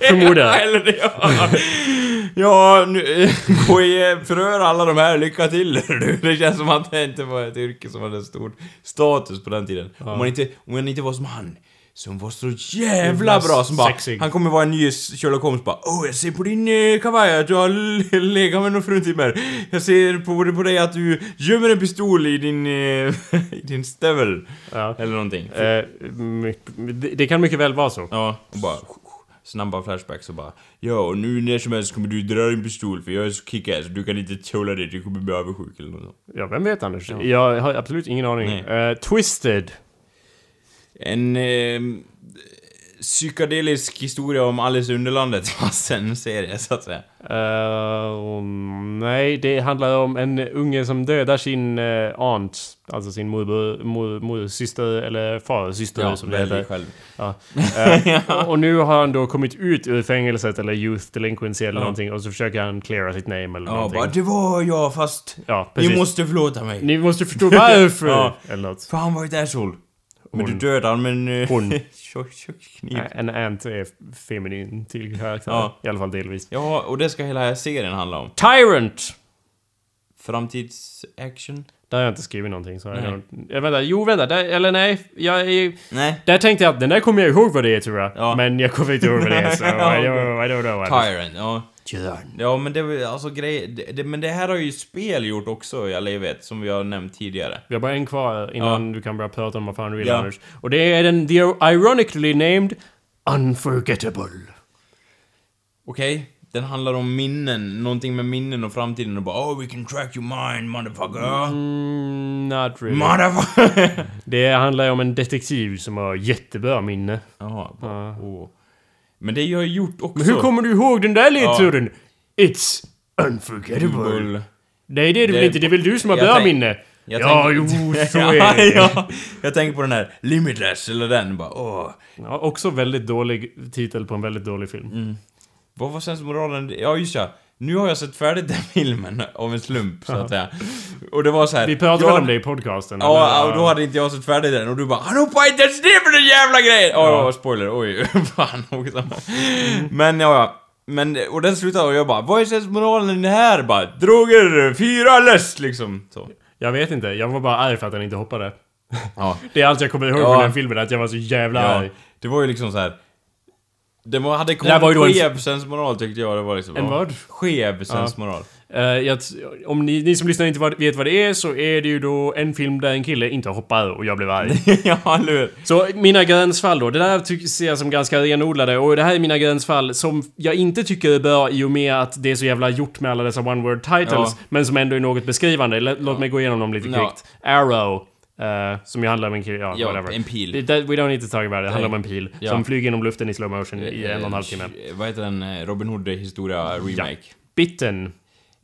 Förmodar jag.
Eller det, ja. ja, nu... eh, Gå i eh, förhör alla de här. Lycka till du. Det känns som att det inte var ett yrke som hade stor status på den tiden. Om, man inte, om man inte var som han. Som var så jävla
Jävla
bra som bara...
sexig.
Han kommer vara en ny Sherlock Holmes bara Åh, jag ser på din eh, kavaj att du har le- legat med någon fruntimmer. Jag ser på, på dig att du gömmer en pistol i din... eh, i din stövel.
Ja.
Eller någonting.
Eh, my- det, det kan mycket väl vara så.
Ja, och bara snabba flashbacks och bara Ja, och nu när som helst kommer du dra din pistol för jag är så kickass och du kan inte tåla det, du kommer bli avundsjuk eller något sånt.
Ja, vem vet Anders? Jag har absolut ingen aning.
Nej.
Eh, Twisted.
En eh, psykedelisk historia om Alice i Underlandet fast en serie så att säga.
Eh, och nej, det handlar om en unge som dödar sin eh, aunt, alltså sin morbror, mor, morsyster eller farsyster som det
välj
heter.
själv.
Ja. Eh, och nu har han då kommit ut ur fängelset eller youth delinquency eller någonting och så försöker han cleara sitt name eller
Ja,
någonting.
bara det var jag fast
ja, precis.
ni måste förlåta mig.
Ni måste förstå varför!
Ja.
Eller något.
För han var ett asshole. Men du dödade han med en eh,
Hon.
tjock, tjock kniv.
En ant är feminin till karaktär.
Ja.
I alla fall delvis.
Ja, och det ska hela serien handla om.
Tyrant!
Framtidsaction?
Där har jag inte skrivit någonting. Så jag
Nej.
don't- jag vänta, jo vänta, där, eller nej. Jag är,
Nej.
där tänkte jag att den där kommer jag ihåg vad det är tror jag.
Ja.
Men jag kommer inte ihåg vad det är så I don't, I don't know.
Tyrant, ja.
Björn.
Ja men det var ju alltså grej, det, det, men det här har ju spel gjort också i alla evighet, som vi har nämnt tidigare.
Vi har bara en kvar innan du kan börja prata om vad fan du vill
Ja.
Anders. Och det är den the ironically named Unforgettable.
Okej? Den handlar om minnen, någonting med minnen och framtiden och bara oh we can track your mind motherfucker.
Mm, not really.
Motherfucker!
Det handlar ju om en detektiv som har jättebra minne.
Jaha, bara, åh. Men det har jag gjort också.
Men hur kommer du ihåg den där ledtråden? It's unforgettable.
Bull.
Nej det är det väl
Det-
inte? Det är väl du som har
jag
bra
tänk-
minne?
Jag
ja,
tänker-
jo, så är det.
ja, jag tänker på den här Limitless, eller den bara åh.
Ja, också väldigt dålig titel på en väldigt dålig film.
Mm. Vad var sensmoralen? Ja, just ja. Nu har jag sett färdigt den filmen av en slump, så att säga. Och det var så här.
Vi pratade
jag-
väl om det i podcasten?
Ja,
eller?
och då hade inte jag sett färdigt den och du bara 'Han hoppade inte ens ner för den jävla grejen!' Ja, ja, spoiler, oj, fan också. Men ja, ja. Men, och den slutade och jag bara 'Vad är sensmoralen i det här?' Bara 'Droger, fyra läst!' liksom. Så.
Jag vet inte, jag var bara arg för att den inte hoppade.
Ja.
Det är allt jag kommer ihåg
Ja.
från den filmen, att jag var så jävla
ja.
arg.
Det var ju liksom så här. Det var, hade
Det här var ju då en-
kommit skev sensmoral tyckte jag, det var liksom...
En
ja.
vad?
Skev sensmoral.
Eh, jag, t- om ni, ni som lyssnar inte vad- vet vad det är så är det ju då en film där en kille inte hoppar och jag blev arg.
ja, eller hur?
Så mina gränsfall då. Det där tycker- ser jag som ganska renodlade och det här är mina gränsfall som jag inte tycker är bra i och med att det är så jävla gjort med alla dessa one word titles
Ja.
men som ändå är något beskrivande. Lå- Låt mig gå igenom dem lite
Ja.
kvickt. Arrow. eh, som ju handlar om en kille, ja,
Ja,
whatever.
en pil.
It- that- we don't need to talk about it. Det handlar om en pil
Ja.
som flyger genom luften i slow motion i en och en halv timme.
Eh, Vad heter den? eh, Robin Hood historia remake.
Bitten.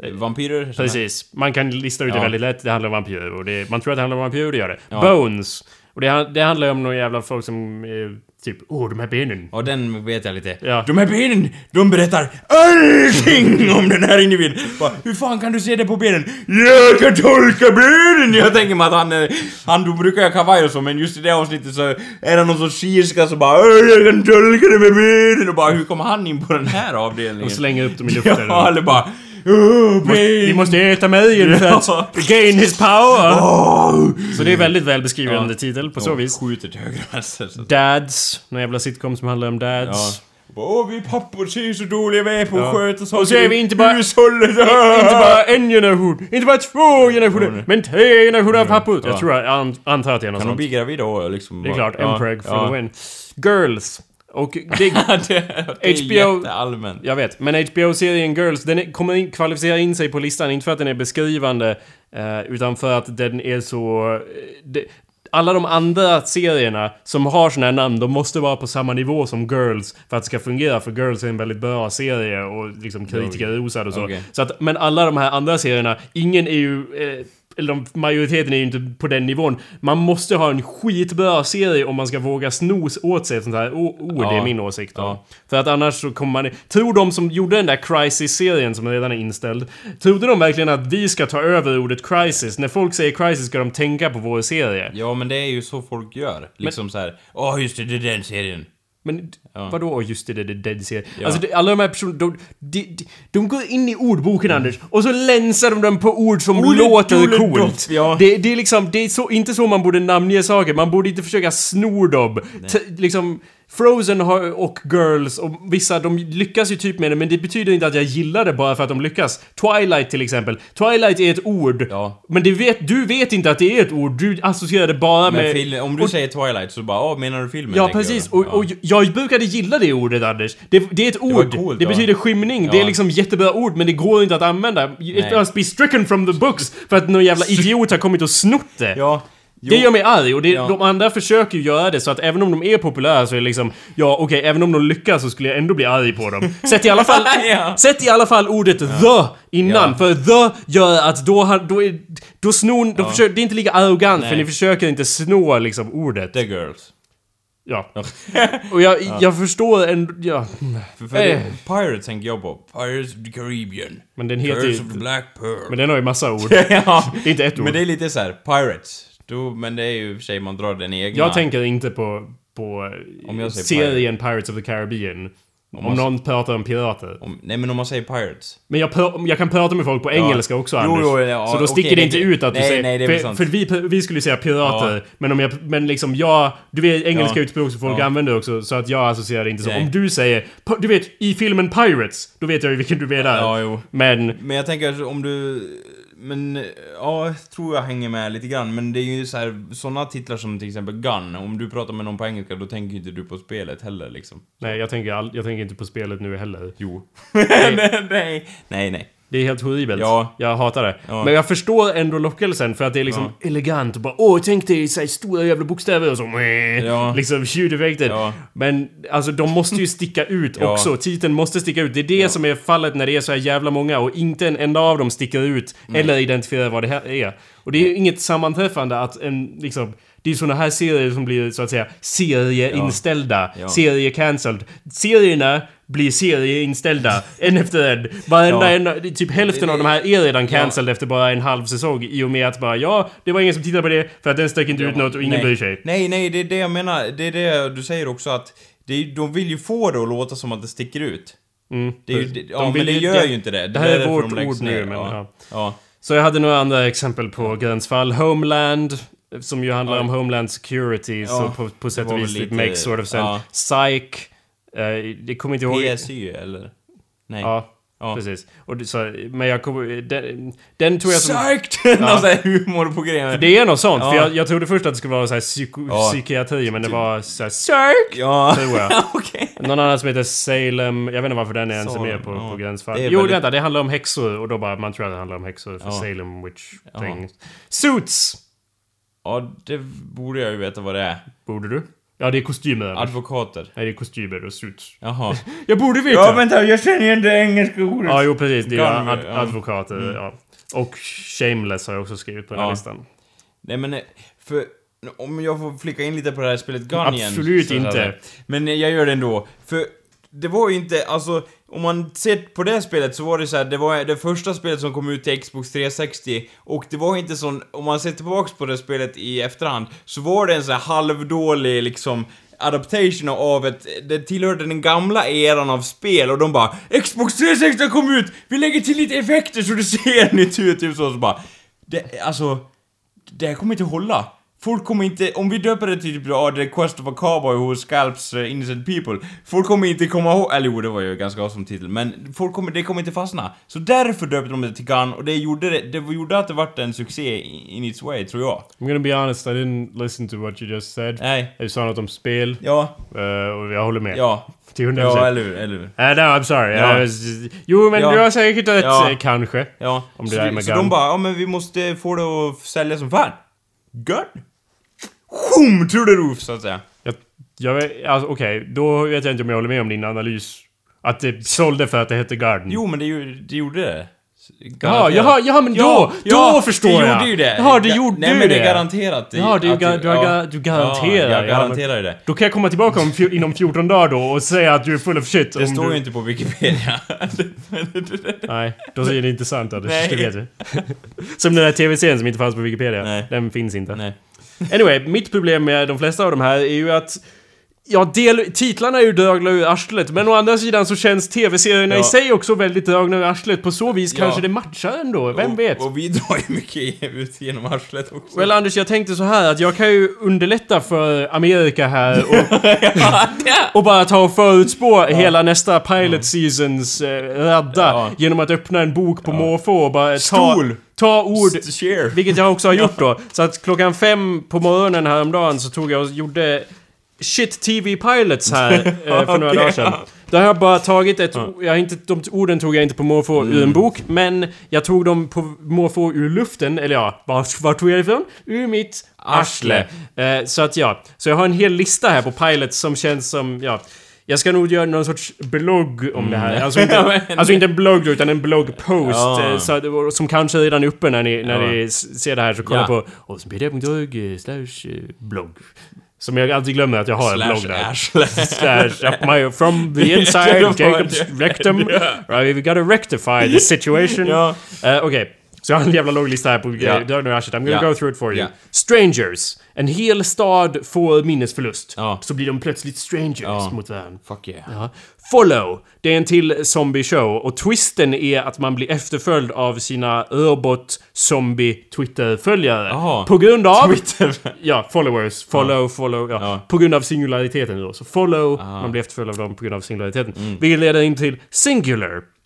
Eh, Vampyrer?
Precis. Man kan lista ut det
Ja.
väldigt lätt. Det handlar om vampyrer. Och det, man tror att det handlar om vampyrer, det gör det.
Ja.
Bones. Och det, han- det handlar ju om några jävla folk som eh, typ Åh, de här benen.
Ja, den vet jag lite.
Ja.
De här benen, de berättar allting om den här individen. Bara, Hur fan kan du se det på benen? Jag kan tolka benen! Jag tänker mig att han, eh, han då brukar jag kavaj och så, men just i det avsnittet så är det någon som kiskar så bara "Åh, Jag kan tolka det med benen! Och bara, hur kommer han in på den här avdelningen?
Och slänger upp dem i luften.
Ja, eller bara Åh,
Vi
ben!
måste äta mejern för
Ja.
att gain his power!
Åh!
Så det är väldigt väl beskrivande titel på så
Och
vis.
Skjuter till höger och vänster. så-
Dads. Någon jävla sitcom som handlar om
Ja.
dads.
Åh, vi pappor ser så dåliga vi är på att
Ja.
sköta saker.
Och så är vi inte bara-
Hushållet!
Inte bara en generation, inte bara två generationer, men tre generationer av pappor.
Ja.
Jag tror, jag an- antar att det är något
Kan de
sånt.
bli gravida då liksom?
Det är klart,
Ja,
Empreg for
ja.
the win. Girls. Och det,
det, det är
HBO
jätteallmänt.
Jag vet, men HBO-serien Girls, den är, kommer in, kvalificera in sig på listan, inte för att den är beskrivande, eh, utan för att den är så... Eh, det, alla de andra serierna som har såna här namn, de måste vara på samma nivå som Girls för att det ska fungera, för Girls är en väldigt bra serie och liksom kritikerrosad och så.
Okej.
så att, men alla de här andra serierna, ingen är ju... Eh, eller de- majoriteten är ju inte på den nivån. Man måste ha en skitbra serie om man ska våga snos åt sig ett sånt här o- ord, det är
Ja.
min åsikt. då.
Ja.
För att annars så kommer man... Tror de som gjorde den där Crisis-serien som redan är inställd, trodde de verkligen att vi ska ta över ordet Crisis? När folk säger Crisis ska de tänka på vår serie.
Ja men det är ju så folk gör. Liksom så här. åh just det, det är den serien.
Men
Ja.
vadå "Åh, just det, det är Dead-serien?
Ja.
Alltså det, alla de här personerna, de, de, de, de går in i ordboken Anders, och så länsar de den på ord som
Mm. Ordet
låter
Doledoff,
coolt.
ja.
Det, det är liksom, det är så, inte så man borde namnge saker, man borde inte försöka sno dem. T- liksom, Frozen har, och Girls och vissa, de lyckas ju typ med det men det betyder inte att jag gillar det bara för att de lyckas. Twilight till exempel. Twilight är ett ord.
Ja.
Men det vet, du vet inte att det är ett ord, du associerar det bara
Men
med...
fil- om du säger Twilight så bara, åh menar du filmen?
Ja,
tänker jag
precis.
då.
Och,
Ja.
och jag brukade gilla det ordet, Anders. Det, det är ett
var
ord. Det,
coolt, ja.
betyder skymning. Det är
Ja.
liksom jättebra ord, men det går inte att använda. It
Nej.
must be stricken from the books för att någon jävla idiot har kommit och snott det.
Ja. Jo,
Det gör mig arg och det,
Ja.
de andra försöker ju göra det så att även om de är populära så är det liksom Ja okej, även om de lyckas så skulle jag ändå bli arg på dem. Sätt i alla fall,
Ja.
sätt i alla fall ordet the innan
Ja.
för the gör att då, har- då, är, då snor... De försöker, det är inte lika arrogant för
Nej.
ni försöker inte snå liksom ordet.
The Girls.
Ja. Och jag, jag förstår ändå... Ja.
För, för
Eh.
det, Pirates tänker jag på. Pirates of the Caribbean.
Men den heter ju
Curse of
inte-
the Black Pearl.
Men den har ju massa ord.
ja.
Det är inte ett ord.
Men det är lite så här, Pirates. Då, men det är ju i och för sig, man drar den egna.
Jag tänker inte på, på
Om jag säger
serien Pirates of the Caribbean. Om någon pratar om pirater.
Om, nej men om man säger pirates.
Men jag, pr- jag kan prata med folk på engelska också
Jo,
Anders.
jo, ja,
så då sticker
okej,
det inte
det-
ut att du
nej,
säger...
nej, det är väl
för
sant.
för vi, vi skulle ju säga pirater, men om jag... Men liksom jag... Du vet, engelska
Ja.
är ett språk som folk
Ja.
använder också, så att jag associerar det inte så.
Nej.
Om du säger... pa- Du vet, i filmen Pirates, då vet jag ju vilken du menar.
Ja, jo.
Men...
Men jag tänker att om du... Men ja, jag tror jag hänger med lite grann. Men det är ju så här, såna titlar som till exempel Gun. Om du pratar med någon på engelska då tänker ju inte du på spelet heller liksom.
Nej, jag tänker, all, jag tänker inte på spelet nu heller.
Jo. nej, nej. Nej, nej.
Det är helt horribelt.
Ja.
Jag hatar det.
Ja.
Men jag förstår ändå lockelsen för att det är liksom elegant och bara åh, tänk dig så här stora jävla bokstäver och så meh,
Ja.
liksom ljudeffekter.
Ja.
Men alltså de måste ju sticka ut
Ja.
också. Titeln måste sticka ut. Det är det som är fallet när det är så här jävla många och inte en enda av dem sticker ut eller identifierar vad det här är. Och det är ju inget sammanträffande att en liksom det är såna här serier som blir så att säga serieinställda,
Ja.
seriecancelled. Serierna blir serieinställda, en efter en. Varenda
Ja.
en en, typ hälften av de här är redan cancelled efter bara en halv säsong i och med att bara ja, det var ingen som tittade på det för att den stack inte ut något och ingen
nej.
bryr sig.
Nej, nej, det är det jag menar. Det är det du säger också att det är, de vill ju få det att låta som att det sticker ut. det är ju, det, ja,
Mm. De vill
men det
ju-
gör
det-
ju inte det.
det här
där
är
därför
vårt
de läggs
ord nu,
ner.
men ja.
ja. ja.
Så jag hade några andra exempel på gränsfall. Homeland, som ju handlar om Homeland Security, så på, på sätt
det
och
var
vis
väl
lite,
lite-
makes sort of sense.
ja.
Psych, eh, det kommer inte ihåg...
PSY eller? Nej.
Ja,
Ja.
precis. Och, det- så, men jag kommer... Den, den tror jag som...
Sarkt! Någon sån här humorprogram.
Det är något sånt, för
Ja.
jag, jag trodde först att det skulle vara så här psyko,
Ja.
psykiatri, men det var så här Psych!
Ja,
tror jag.
okej.
Någon annan som heter Salem, jag vet inte varför den är ens är med på,
Salem, ja.
på gränsfall.
Det är
Jo
väldigt-
vänta, det handlar om häxor och då bara, man tror att det handlar om häxor för Salem witch thing. Suits!
Ja, det borde jag ju veta vad det är.
Borde du? Ja det är kostymer.
Advokater.
Nej det är kostymer och suits.
Jaha.
Jag borde veta!
Ja, vänta, jag känner ju inte engelska ordet.
Ja, jo precis, det är ju
Gun-
ad-
ja. Mm.
advokater. Ja. Och shameless har jag också skrivit på den här
Ja.
listan.
Nej men, eh, för om jag får flicka in lite på det här spelet Gun igen.
Absolut
så här,
inte.
Men eh, jag gör det ändå. För det var ju inte, alltså om man ser på det här spelet så var det så här, det var det första spelet som kom ut till Xbox 360 och det var inte sån, om man ser tillbaks på det spelet i efterhand, så var det en så här halvdålig liksom adaptation av ett, det tillhörde den gamla eran av spel och de bara Xbox 360 kom ut, vi lägger till lite effekter så det ser nytt ut, typ så, så bara det, alltså det här kommer inte hålla. Folk kommer inte, om vi döper det till typ oh, The Quest of a Cowboy Who Scalps eh, Innocent People, folk kommer inte komma ihåg, eller jo det var ju en ganska awesome titel, men folk kommer, det kommer inte fastna. Så därför döpte de det till Gun och det gjorde, det, det gjorde att det vart en succé in its way, tror jag.
I'm gonna be honest, I didn't listen to what you just said.
Nej.
Du sa något om spel,
Ja,
eh, och jag håller med.
ja.
Till 100%.
Ja, eller hur, eller hur.
Eh, no, I'm sorry.
Ja.
I was just- Jo, men
Ja.
du har säkert rätt,
Ja.
eh, kanske.
Ja.
Om det
så
där
det-
med
så
Gun.
de bara, ja men vi måste få det att sälja som fan. Gun? Tjom, trudeluff, så att säga.
Jag, jag vet- alltså, Okej, då vet jag inte om jag håller med om din analys. Att det sålde för att det hette Garden.
Jo, men det, gjorde- det gjorde det.
Jaha, jaha, jaha, men då- då förstår
det
jag.
gjorde ju det.
Jaha, det
Ga-
gjorde
Nej,
ju
men det
det.
är garanterat. det-
Jaha, du
att
ga- du har ga- du garanterar,
Ja, jag
ja,
garanterar ju det.
Då kan jag komma tillbaka om, fjo- inom 14 dagar då och säga att du är full of shit.
Det
om
står
du...
ju inte på Wikipedia.
Nej, då är det inte sant Anders.
Nej.
Det vet du. Som den där TV-serien som inte fanns på Wikipedia.
Nej.
Den finns inte.
Nej.
Anyway, mitt problem med de flesta av de här är ju att Ja, del, titlarna är ju dragna ur arslet, men å andra sidan så känns tv-serierna i
Ja.
sig också väldigt dragna ur arslet. På så vis
Ja.
kanske det matchar ändå, vem vet?
Och, och vi drar ju mycket i- ut genom arslet också.
Well Anders, jag tänkte så här att jag kan ju underlätta för Amerika här och, och bara ta och förutspå hela nästa Pilot Seasons eh, radda
Ja.
genom att öppna en bok på måfå och bara ta,
Stol!
ta ord
Share.
vilket jag också har gjort då. Så att klockan fem på morgonen häromdagen så tog jag och gjorde Shit TV Pilots här eh, för några
Okej.
dagar sedan. Då har jag bara tagit ett... Jag har inte, de orden tog jag inte på måfå
Mm.
ur en bok, men jag tog dem på måfå ur luften, eller ja, var, var tog jag det ifrån? Ur mitt arsle. Eh, så att ja, så jag har en hel lista här på Pilots som känns som, ja... Jag ska nog göra någon sorts blogg om det här. Alltså inte, alltså inte en blogg utan en bloggpost.
Mm. Ja.
eh, så att, och som kanske redan är uppe när ni, när
Ja.
ni s- ser det här så kolla
Ja.
på osmpedia.org slash eh, blogg. Som jag alltid glömmer att jag har en blogg
Slash
där.
arsle.
Slash up my, from the inside,
Ja,
Jacobs rectum. Right, we gotta rectify the situation.
Ja.
Eh, Okej, Så jag har en jävla lång lista här på grejer. Du har nu ersatt. I'm gonna
Ja.
go through it for you.
Ja.
Strangers. En hel stad får minnesförlust.
Ja.
Så blir de plötsligt strangers
Ja.
mot varandra.
Fuck yeah.
Ja. Follow. Det är en till zombie-show och twisten är att man blir efterföljd av sina robot zombie Twitter-följare.
Jaha.
På grund av...
Twitter.
Ja, followers. Follow, follow. Ja.
Ja. Ah.
På grund av singulariteten då. Så follow, man blir efterföljd av dem på grund av singulariteten.
Mm.
Vilket leder in till singular.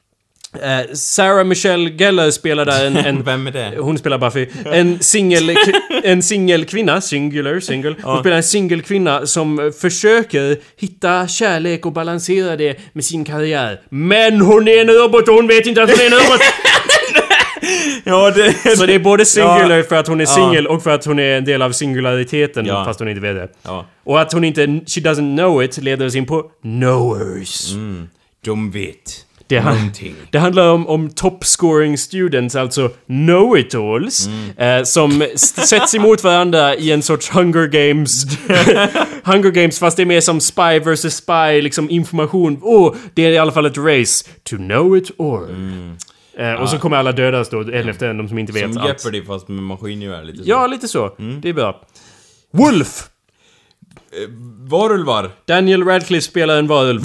Eh, Sarah Michelle Gellar spelar där en... en
Vem är det?
hon spelar Buffy. En singel en singelkvinna, singular, single. Hon spelar en singelkvinna som eh, försöker hitta kärlek och balansera det med sin karriär. Men hon är en robot och hon vet inte att hon är en robot!
Ja, det...
Så det är både singular för att hon är singel och för att hon är en del av singulariteten
Ja.
fast hon inte vet det.
Ja.
Och att hon inte, she doesn't know it, leder oss in på knowers.
Mm. De vet.
Det, han-
Någonting.
det handlar om, om top scoring students, alltså know-it-alls,
Mm.
eh, som s- sätts emot varandra i en sorts hunger games. hunger games, fast det är mer som spy versus spy, liksom information. Åh, det är i alla fall ett race. To know it or. Eh, och så kommer alla dödas då, en efter en, de som inte vet
Mm. Som
allt.
Jeopardy Mm. fast med maskingevär lite så.
Ja, lite så. Det är bra. Wolf!
Varulvar.
Daniel Radcliffe spelar en varulv.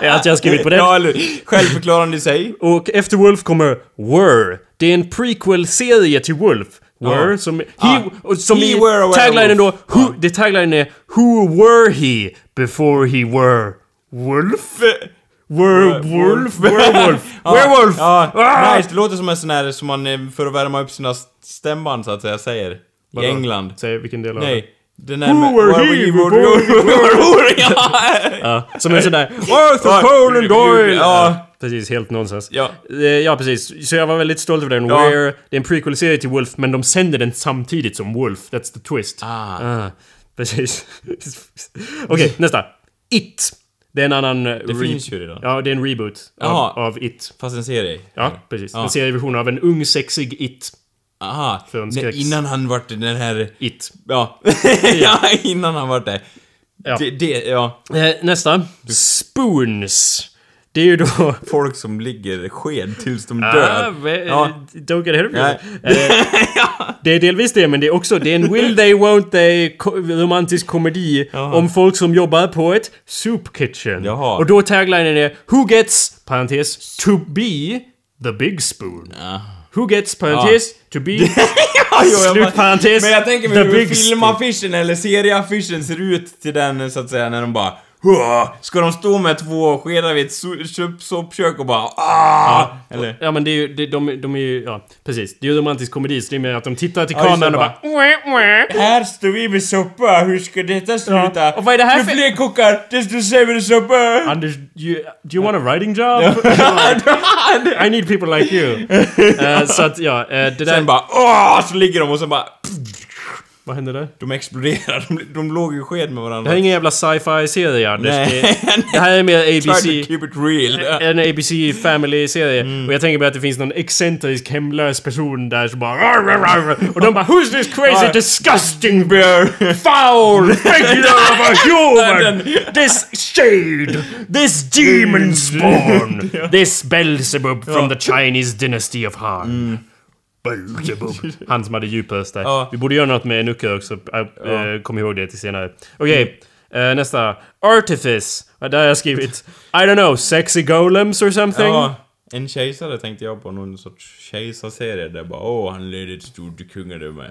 Är Allt jag har skrivit på den.
Ja, eller Självförklarande i sig.
Och efter Wolf kommer Were. Det är en prequel-serie till Wolf. Were,
Ja.
som... He,
Ah.
och som
He
i
were a werewolf.
taglinen då... Who, Det taglinen är Who were he before he were Wolf? Were Wolf? Werewolf?
Ja,
Werewolf!
Ja,
Ah!
nice. Det låter som en sån här som man eh, för att värma upp sina s- stämband så att säga säger. I England.
Säg vilken del av
Nej. Den där
Who
med-
were
where
he
we
before
were-
we
we were- Ja.
det. Som en sån där... Arthur
Ja.
Conan Doyle!
Ja.
Precis, helt nonsens.
Ja.
Eh, ja, precis. Så jag var väldigt stolt över den.
Ja.
Where, det är en prequel-serie till Wolf, men de sänder den samtidigt som Wolf. That's the twist.
Ah.
Ah, precis. Okej, nästa. It. Det är en annan... Det
finns ju redan.
Ja, det är en reboot
Jaha.
av, av It.
Fast en serie.
Ja, precis. En serieversion av en ung sexig It.
Aha.
en
Nej,
skräcks-
Innan han vart den här...
It.
Ja. ja, innan han vart det.
Ja.
Det, det, ja.
Eh, nästa. Spoons. Det är ju då...
Folk som ligger sked tills de dör.
Ah, ve-
Ja.
Don't get ahead of
Nej.
yourself. Eh, Det är delvis det, men det är också det är en will they, won't they ko- romantisk komedi om folk som jobbar på ett soup kitchen.
Jaha.
Och då taglinen är Who gets, parentes, to be the big spoon.
Ah.
Who gets, parentes, to be...
Aj, jo, jag
Slut
bara-
parentes.
Men jag tänker
The
mig hur
big
filmaffischen eller serieaffischen ser ut till den så att säga när de bara "Hua!" Ska de stå med två skedar vid ett so- köp- soppkök och bara ah! Eller?
Ja men det är ju, det, de, de är ju, ja precis. Det är ju romantisk komedi så det är mer att de tittar till
just
kameran
det,
och bara... "Mwah, mwah."
Här står vi med soppa, hur ska detta sluta?
Och vad är det här
ju
för-
fler kockar, desto sämre soppa!
Anders, you, do you want a writing job? I need people like you. Eh, så att ja, eh, det där...
Sen bara ah! Så ligger de och sen bara pff,
vad hände där?
De exploderar, de, de låg i sked med
Det här är
varandra.
ingen jävla sci-fi-serie Anders.
Nej.
Det, det här är mer
Try to
ABC...
keep it Mm. real.
En ABC Family-serie. Och jag tänker mig att det finns någon excentrisk hemlös person där som bara... "Rar, rar, rar." Och de bara Who's this crazy
Ja.
disgusting bear? Foul figure of a human! This shade! This demon spawn! This Belzebub from the Chinese dynasty of Han. Han som hade djupast där.
Ja.
Vi borde göra något med Nucke också. Äh, äh, Kom ihåg det till senare. Okej, eh, nästa. Artifice. Ja, Där har jag skrivit... I don't know, sexy golems or something?
Ja, en kejsare tänkte jag på, någon sorts kejsarserie där bara åh, han ledde ett stort kungadöme.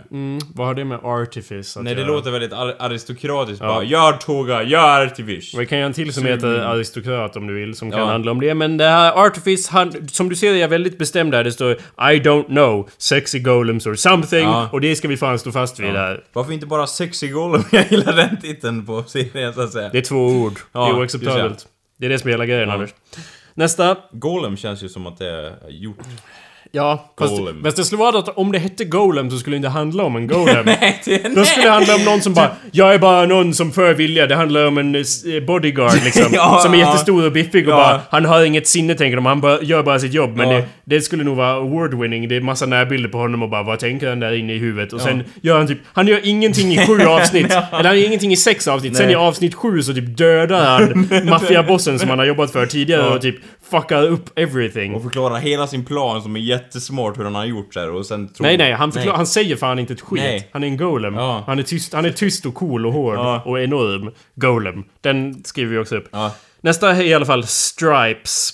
Vad har det med artifice att
Nej, det
göra?
låter väldigt ar- aristokratiskt bara. Jag är Toga, jag är artifish.
Vi kan göra en till som heter aristokrat om du vill, som kan
Ja.
handla om det. Men det här Artifice, han, som du ser är jag väldigt bestämd där. Det står I don't know, sexy golems or something.
Ja.
Och det ska vi fan stå fast vid här.
Varför inte bara sexy golem? Jag gillar den titeln på serien så att säga.
Det är två ord.
Ja,
det är
just
oacceptabelt. Det är det som är hela grejen, Anders. Nästa.
Golem känns ju som att det är gjort.
Ja, fast,
Golem.
fast det skulle vara att om det hette Golem så skulle det inte handla om en Golem.
Nej, det
Då skulle det handla om någon som bara Jag är bara någon som för vilja. Det handlar om en eh, bodyguard liksom.
Ja,
som är
ja.
jättestor och biffig och
Ja.
bara Han har inget sinne tänker de. Han bara, gör bara sitt jobb. Men
Ja.
det, det skulle nog vara award-winning. Det är massa närbilder på honom och bara Vad tänker han där inne i huvudet? Och sen gör han typ Han gör ingenting i sju avsnitt. Eller han gör ingenting i sex avsnitt. Sen i avsnitt sju så typ dödar han maffiabossen som han har jobbat för tidigare och typ fuckar upp everything.
Och förklara hela sin plan som är jättesmart hur han har gjort så här och sen tror
Nej nej, han, förklar, han säger fan inte ett skit.
Nej.
Han är en golem.
Ja.
Han, är tyst, han är tyst och cool och hård
Ja.
och enorm. Golem. Den skriver vi också upp.
Ja.
Nästa är i alla fall Stripes.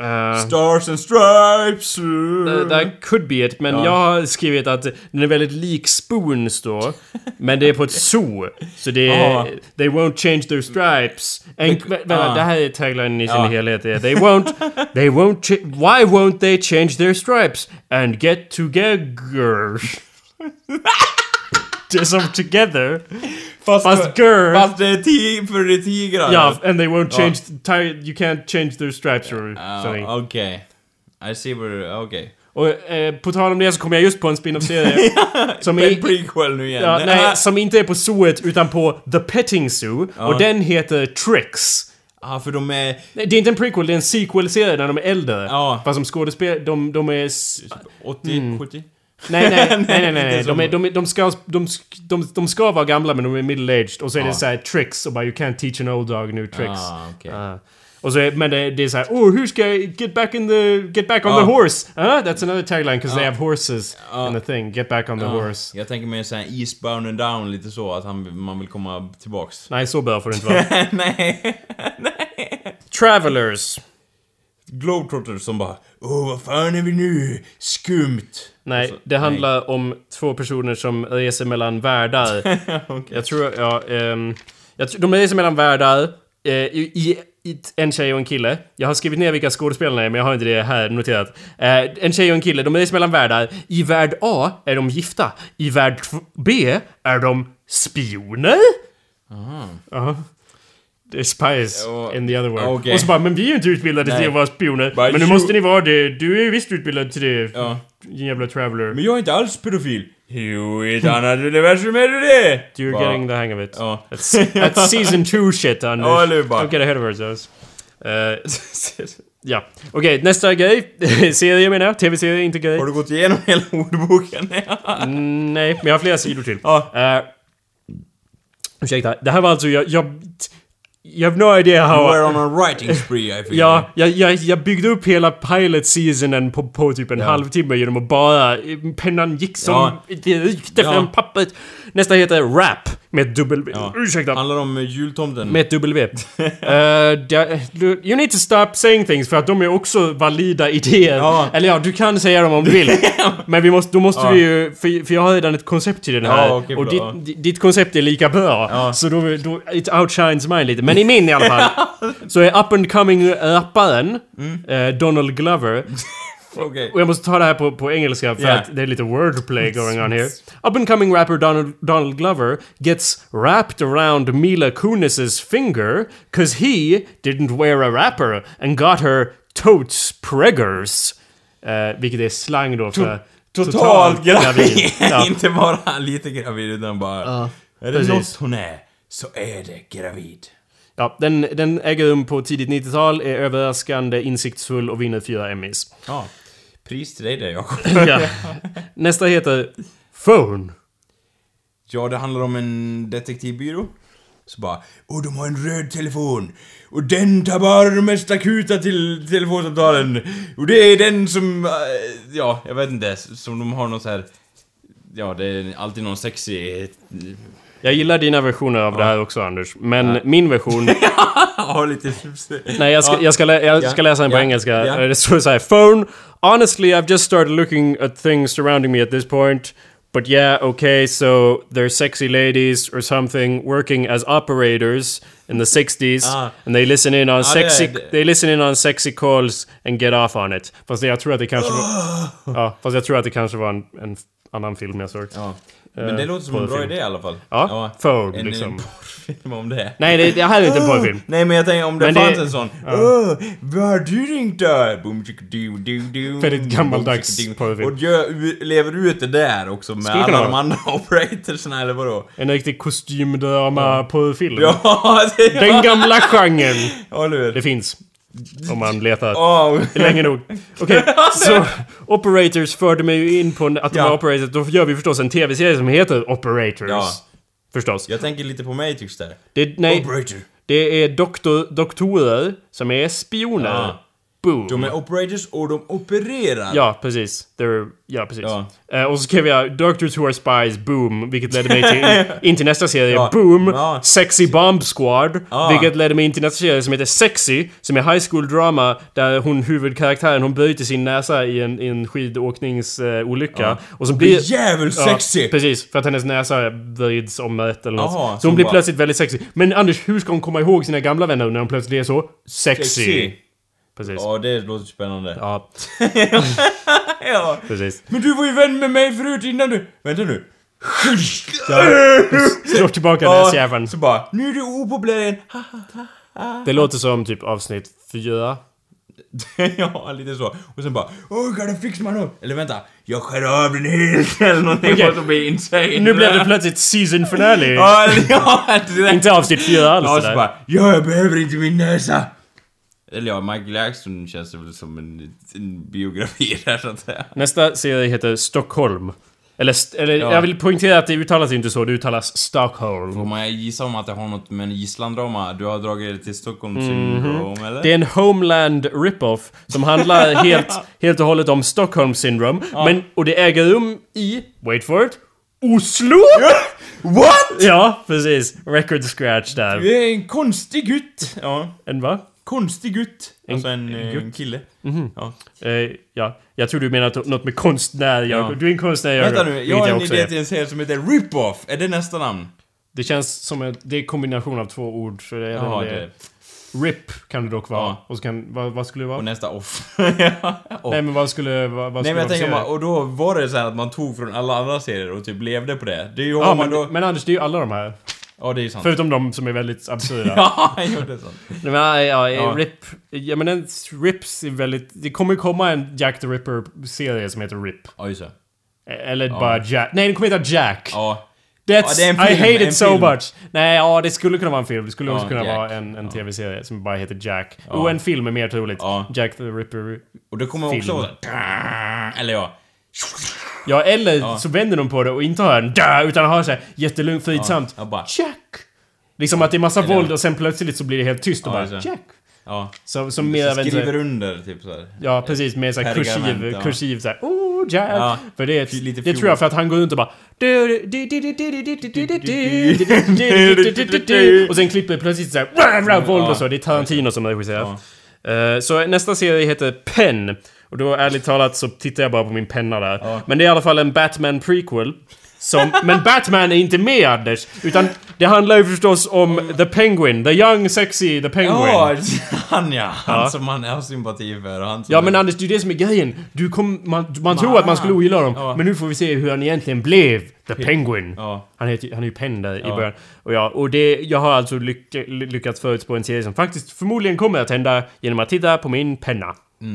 Eh,
Stars and stripes!
Eh,
Mm.
That could be it, men jag har skrivit att den är väldigt lik Spoons då. Men det är på ett zoo. Så det är...
Aha.
They won't change their stripes. And, men, men,
ah.
Det här är taglinen i sin
Ja.
helhet. det är, They won't... They won't... Cha- why won't they change their stripes? And get together. Det är som together.
fast,
Fast girl.
Fast det är ti- för det är tigrar.
Ja, and they won't change... ti- you can't change their stripes or
Ja,
something.
Okej. I see where... Okej.
Och eh, på tal om det så kom jag just på en spin-off-serie. som
Okay. En
är...
prequel nu igen. ah,
Ja, nej, Eh, som inte är på zooet utan på The Petting Zoo. Och den heter Tricks.
ah, för de är...
Nej, Det är inte en prequel, det är en sequel-serie när de är äldre.
Ja.
Fast som skådespel... De, de är... s-
80,
Mm.
70?
Nej, nej, nej, nej, nej.
inte
nej.
som-
De, är, de, är, de, ska, de, sk- de, de ska vara gamla men de är middle-aged. Och så är det så här tricks och bara you can't teach an old dog new tricks.
Ah, okej.
Ah. Och så är, men det, det är så här, oh hur ska jag get back in the, get back on the horse? Ah, that's another tagline 'cause they have horses in the thing. Get back on the horse.
Jag tänker mig såhär Eastbound and down lite så, att han, man vill komma tillbaks.
Nej, så bra får det inte vara.
nej!
Travelers.
Globetrotters som bara Åh, vad fan är vi nu? Skumt!
Nej,
Alltså,
det handlar om två personer som reser mellan världar. Jag tror, ja, ehm, jag tror, de reser mellan världar eh, i, i, i en tjej och en kille. Jag har skrivit ner vilka skådespelarna är, men jag har inte det här noterat. Eh, en tjej och en kille, de reser mellan världar. I värld A är de gifta. I värld tv- B är de spioner. Aha. Det är spies
Ah. Ja,
in the other world.
okej.
Och så bara, men vi är ju inte utbildade
Nej.
till att vara spioner.
Bara,
men nu
"You-
måste ni vara det. Du är ju visst utbildad till det.
Ja.
Din jävla traveler.
Men jag är inte alls pedofil. Jo, i ett annat universum är du det!
You're
Bara-
getting the hang of it.
Ja.
That's, that's season two shit Anders.
Ja, eller hur, bara.
Don't get ahead of ourselves. Eh, ja, okej nästa grej. Serie menar jag, tv-serie inte grej.
Har du gått igenom hela ordboken?
Mm, nej, men jag har flera sidor till.
Ja.
Eh, ursäkta, det här var alltså jag... jag you have no idea how...
We're on a writing spree I feel.
Ja, jag, jag, jag byggde upp hela pilot seasonen på, på typ en halvtimme genom att bara... Pennan gick som...
Ja.
Det rykte
Ja.
från pappret. Nästa heter Rap med ett dubbel...
Ja.
Ursäkta.
Handlar om eh, jultomten.
Med ett W. Eh, da- du- you need to stop saying things för att de är också valida idéer.
Ja.
Eller ja, du kan säga dem om du vill. Men vi måste, då måste
Ja.
vi ju... För, för jag har redan ett koncept till den här.
Ja, okej,
och
bra.
ditt, di- ditt koncept är lika bra.
Ja.
Så då, då... It outshines mine lite. Men i min i alla fall. Så är up and coming rapparen
Mm.
eh, Donald Glover.
Okej.
Och jag måste ta det här på, på engelska för
Yeah.
att det är lite wordplay going on here. Up and coming rapper Donald, Donald Glover gets wrapped around Mila Kunis's finger cause he didn't wear a wrapper and got her totes preggers. Eh, vilket är slang då för...
Totalt gravid!
Ja.
Inte bara lite gravid utan bara... är det
precis.
något hon är, så är det gravid.
ja, den, den äger rum på tidigt 90-tal, är överraskande insiktsfull och vinner fyra Emmys.
Ja. Pris till dig där Jakob.
Ja. Nästa heter Phone.
Ja, det handlar om en detektivbyrå. Så bara, och de har en röd telefon. Och den tar bara de mest akuta till telefonsamtalen. Och det är den som, eh, ja, jag vet inte, som de har någon så här... Ja, det är alltid någon eh, sexig...
Jag gillar dina versioner av det här också Anders, men min version
Ja, lite...
Nej, jag ska, jag ska, lä jag ska
Ja.
läsa den på
Ja.
engelska.
Ja.
Eh, Det står så här. Phone. Honestly, I've just started looking at things surrounding me at this point. But yeah, okay, so they're sexy ladies or something working as operators in the 60s.
Ah.
And they listen in on
det är-
sexy...
det-
They listen in on sexy calls and get off on it. Fast jag tror att det kanske var... ja, fast jag tror att det kanske var en, en f- annan film jag såg.
Ja. Men det låter som en bra
porrfilm.
idé i alla fall.
Ja, phone,
en,
liksom.
En porrfilm om det.
Nej, det, det här är inte en porrfilm.
Nej men jag tänker om det
Men det-
fanns en sån. Åh, vad har du ringt då? Boom, chicka, doo, doo, doo.
Väldigt gammaldags
Boom, chicka, doo.
porrfilm.
Och gör, u- lever ut det där också med
Skulle kunna
alla de
vara.
andra operatorsna eller vadå?
En riktig kostymdrama-porrfilm.
Ja, det...
Den gamla genren!
Ja, eller
Det
hur?
finns. Om man letar
Åh,
länge nog. Okej, så Operators förde mig ju in på att de
Ja.
var Operators. Då gör vi förstås en tv-serie som heter Operators.
Ja.
Förstås.
Jag tänker lite på Matrix där.
Det, nej,
Operator.
det är doktor, doktorer som är spioner.
Ja.
boom.
De är operators och de opererar.
Ja, precis. They're, ja, precis.
Ja.
Eh, och så skrev jag Doctors Who Are Spies, boom, vilket ledde mig till, in till nästa serie,
Ja.
boom,
Ja.
Sexy Bomb Squad,
Ja.
vilket ledde mig in till nästa serie som heter Sexy, som är high school drama där hon, huvudkaraktären, hon böjde sin näsa i en, i en skidåkningsolycka. Och som blir...
Jävligt sexy!
Precis, för att hennes näsa vrids om ett eller något.
Jaha,
så
så
hon blir
bara-
plötsligt väldigt sexy. Men Anders, hur ska hon komma ihåg sina gamla vänner när hon plötsligt är så sexy?
Sexy.
Precis.
Ja, det låter spännande.
Ja,
Ja.
precis.
Men du var ju vän med mig förut innan du... Vänta nu.
Slår tillbaka näsjäveln.
så bara, nu är du opopulär igen. Ha, ha, ha, ha.
Det låter som typ avsnitt fyra.
ja, lite så. Och sen bara, oh gotta fix my nose. Eller vänta, jag skär av den helt eller någonting
Okej.
för att bli insane.
Nu blev det plötsligt season finale!
Ja, eller- ja, det där.
Inte avsnitt fyra alls
Ja,
det
så
där.
bara, ja, jag behöver inte min näsa. Eller ja, Michael Jackson känns det väl som en, en biografi där så att säga.
Nästa serie heter Stockholm. Eller, st- eller
Ja.
jag vill poängtera att det uttalas inte så, det uttalas Stockholm.
Får man gissa om att det har något med en gisslandrama? Du har dragit det till Stockholm syndrom eller?
Det är en Homeland rip-off som handlar helt, helt och hållet om Stockholm syndrome. Men, och det äger rum i, wait for it, Oslo!
What?
Ja, precis. Record scratch där.
Det är en konstig gutt. Ja.
En va?
Konstig gutt. Alltså en, eh, en kille. Ja.
Eh, ja. Jag tror du menar att- något med konstnär, Jakob.
Ja.
Du är en konstnär, Jakob.
Vänta nu, jag
Vilket
har en
också
idé
är.
till en serie som heter Rip-Off. Är det nästa namn?
Det känns som en det är en kombination av två ord. Så det, jag vet
Ja,
inte om det
det.
är, RIP kan det dock vara.
Ja.
Och så kan, vad, vad skulle det vara?
Och nästa off. ja. off.
Nej men vad skulle... Vad, vad
Nej
skulle
men jag
de
tänker,
säga?
man, och då var det så här att man tog från alla andra serier och typ levde på det. Det är ju
Ja,
om man
men,
då...
men Anders, det är ju alla de här.
Ja det är ju sant.
Förutom de som är väldigt absurda.
Ja, jo, det är sant.
Nej, men, ja, ja,
Ja.
RIP... Ja men en, RIPs är väldigt... Det kommer ju komma en Jack the Ripper-serie som heter RIP. E-
Ja just det.
Eller bara Jack. Nej, den kommer heta Jack!
Ja.
That's,
Ja, det är en
I
film,
hate it
en
so
film.
much. Nej, ja det skulle kunna vara en film. Det skulle
Ja,
också kunna
Jack.
vara en, en TV-serie som bara heter Jack. Och en film är mer troligt.
Ja.
Jack the Ripper.
Och det kommer också
Film.
vara så här- Eller ja.
Ja, eller så vänder de på det och inte har en där utan har såhär jättelugnt, fridsamt.
Ja, bara-
Jack! Liksom att det är massa våld och sen plötsligt så blir det helt tyst och
Ja,
bara
just det.
Jack!
Ja.
Så, som mer av en så-
Skriver under typ såhär.
Ja, precis. Med såhär
Pergament,
kursiv,
ja.
kursiv såhär oh Jack!
Ja.
För det, är,
Lite
det tror jag för att han går runt och bara och sen klipper det plötsligt såhär våld och så. Det är Tarantino som regisserar. Eh, Så nästa serie heter Pen. Och då ärligt talat så tittar jag bara på min penna där. Men det är i alla fall en Batman prequel. Som, men Batman är inte med Anders! Utan det handlar ju förstås om The Penguin. The young sexy The Penguin.
Ja, han ja. Han som man har sympati för och han som
Ja men Anders, det är ju det som är grejen. Du kom, man man tror att man skulle ogilla dem,
Ja.
men nu får vi se hur han egentligen blev The Penguin.
Ja.
Han, heter, ju- han är ju Penn där i början. Och, ja, och det, jag har alltså lyck, lyckats förutspå en serie som faktiskt förmodligen kommer att hända genom att titta på min penna.
Mm.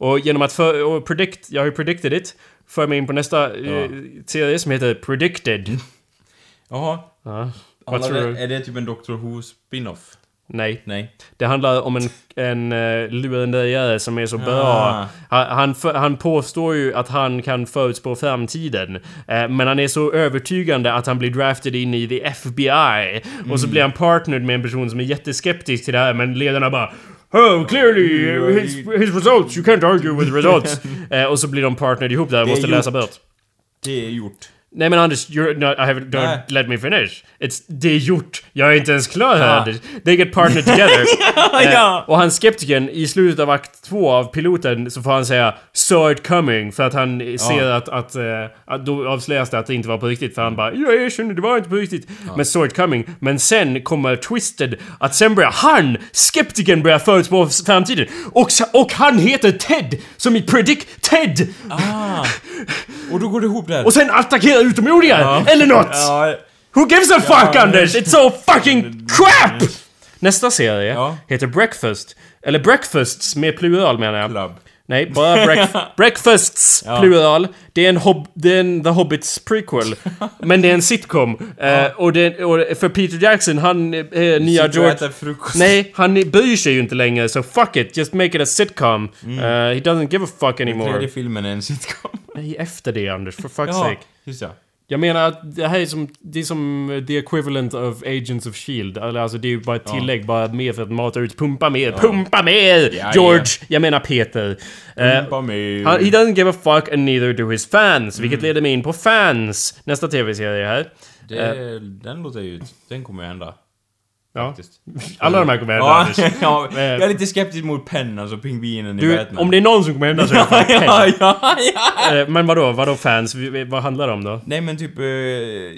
Och genom att för, och predict, jag har ju predicted it, för mig in på nästa eh, serie som heter Predicted.
Mm. Jaha.
Ja. Vad
Handlar
tror
det,
du?
är det typ en Doctor Who spin-off?
Nej.
Nej.
Det handlar om en, en uh, lurendrejare som är så bra.
Ah.
Han, han, för, han påstår ju att han kan förutspå framtiden. Eh, men han är så övertygande att han blir drafted in i the FBI. Och så
Mm.
blir han partnered med en person som är jätteskeptisk till det här, men ledarna bara Oh, clearly
Mm.
his, his results, you can't argue with the results. eh, och så blir de partnered ihop där och
Det är
måste
gjort.
läsa bort.
Det är gjort.
Nej men Anders, you're not, I have, don't
Nej.
let me finish. It's, det är gjort. Jag är inte ens klar här
Ja.
Anders. They get partnered together. Eh,
ja.
Och han skeptikern, i slutet av akt två av piloten så får han säga “Saw it coming” för att han ser att, att, eh, att... Då avslöjas det att det inte var på riktigt för han
Mm.
bara “Jag erkänner, det var inte på riktigt”. Men “Saw it coming”. Men sen kommer twisted att sen börjar han, skeptikern, börja förutspå framtiden. Och, så- och han heter Ted! Som i Predict Ted!
Ah. Och då går det ihop där.
Och sen attackerar utomjordingar! Eller något!
ja,
Who gives a fuck Anders? It's so fucking crap! Nästa serie
Ja.
heter Breakfast. Eller Breakfasts med plural menar jag.
Club.
Nej, bara breakf- Breakfasts plural. Det är en, hob- det är en The Hobbits prequel. men det är en sitcom. Eh, och, det, och för Peter Jackson, han är nya
Sitter och
George...
äter frukost.
Nej, han bryr sig ju inte längre så fuck it, just make it a sitcom.
Mm.
Eh, he doesn't give a fuck anymore.
Tredje filmen är en sitcom.
Nej, efter det Anders, för fuck's
Ja,
sake.
just ja.
Jag menar att det här är som, det är som the equivalent of Agents of Shield. Eller Alltså det är ju bara ett tillägg, bara mer för att mata ut. Pumpa mer, pumpa mer!
Ja,
George! Jag menar Peter. Eh,
Pumpa mig.
han- he doesn't give a fuck and neither do his fans. Vilket
Mm.
leder mig in på fans. Nästa TV-serie här.
Det, den låter ju... Den kommer ju hända.
Ja.
Faktiskt.
Alla de här kommer hända.
Ja,
Anders.
ja, jag är lite skeptisk mot Penn, alltså pingvinen i
Du,
Batman.
om det är någon som kommer hända så är det
ja,
fan Penn.
ja, ja, ja.
Eh, Men vadå, vadå fans? Vi- vi- Vad handlar det om då?
Nej men typ, eh,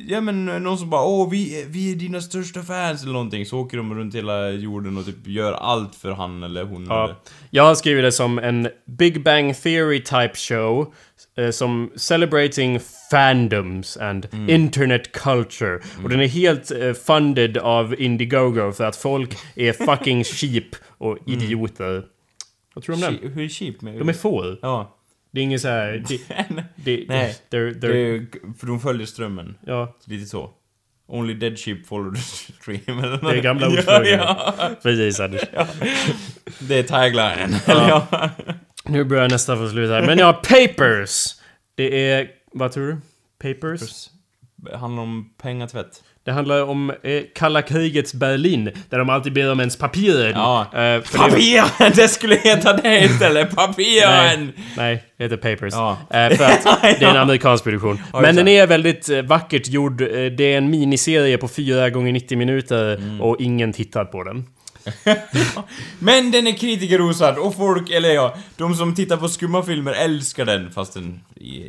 ja men eh, någon som bara åh vi, är- vi är dina största fans eller någonting så åker de runt hela jorden och typ gör allt för han eller hon eller.
Ja, jag har skrivit det som en Big Bang Theory type show eh, som celebrating fandoms and internet culture. Och den är helt eh, funded av Indiegogo för att folk är fucking sheep och idioter. Vad tror du om den?
Che- Hur cheap? Med,
De är får.
Ja.
Det är inget såhär... Det, det,
Nej.
They're, they're,
Det är, för de följer strömmen.
ja,
Lite så. Only dead sheep follow the stream eller
det är gamla
ja,
ordspråket.
ja.
Precis Anders.
Det är tagline. Eller ja.
Nu börjar nästa få slut här. Men ja, papers! Det är... Vad tror du? papers.
Handlar om pengatvätt.
Det handlar om eh, kalla krigets Berlin, där de alltid ber om ens papiren.
Ja.
Eh, för det-
Papiren! Det skulle heta det istället! Papiren!
Nej, nej, det heter Papers.
Ja.
Eh, för att det är en amerikansk produktion. Men
just
den
det.
är väldigt eh, vackert gjord. Eh, Det är en miniserie på 4 gånger 90 minuter
Mm.
och ingen tittar på den.
Men den är kritikerrosad och folk, eller ja, de som tittar på skumma filmer älskar den fast den,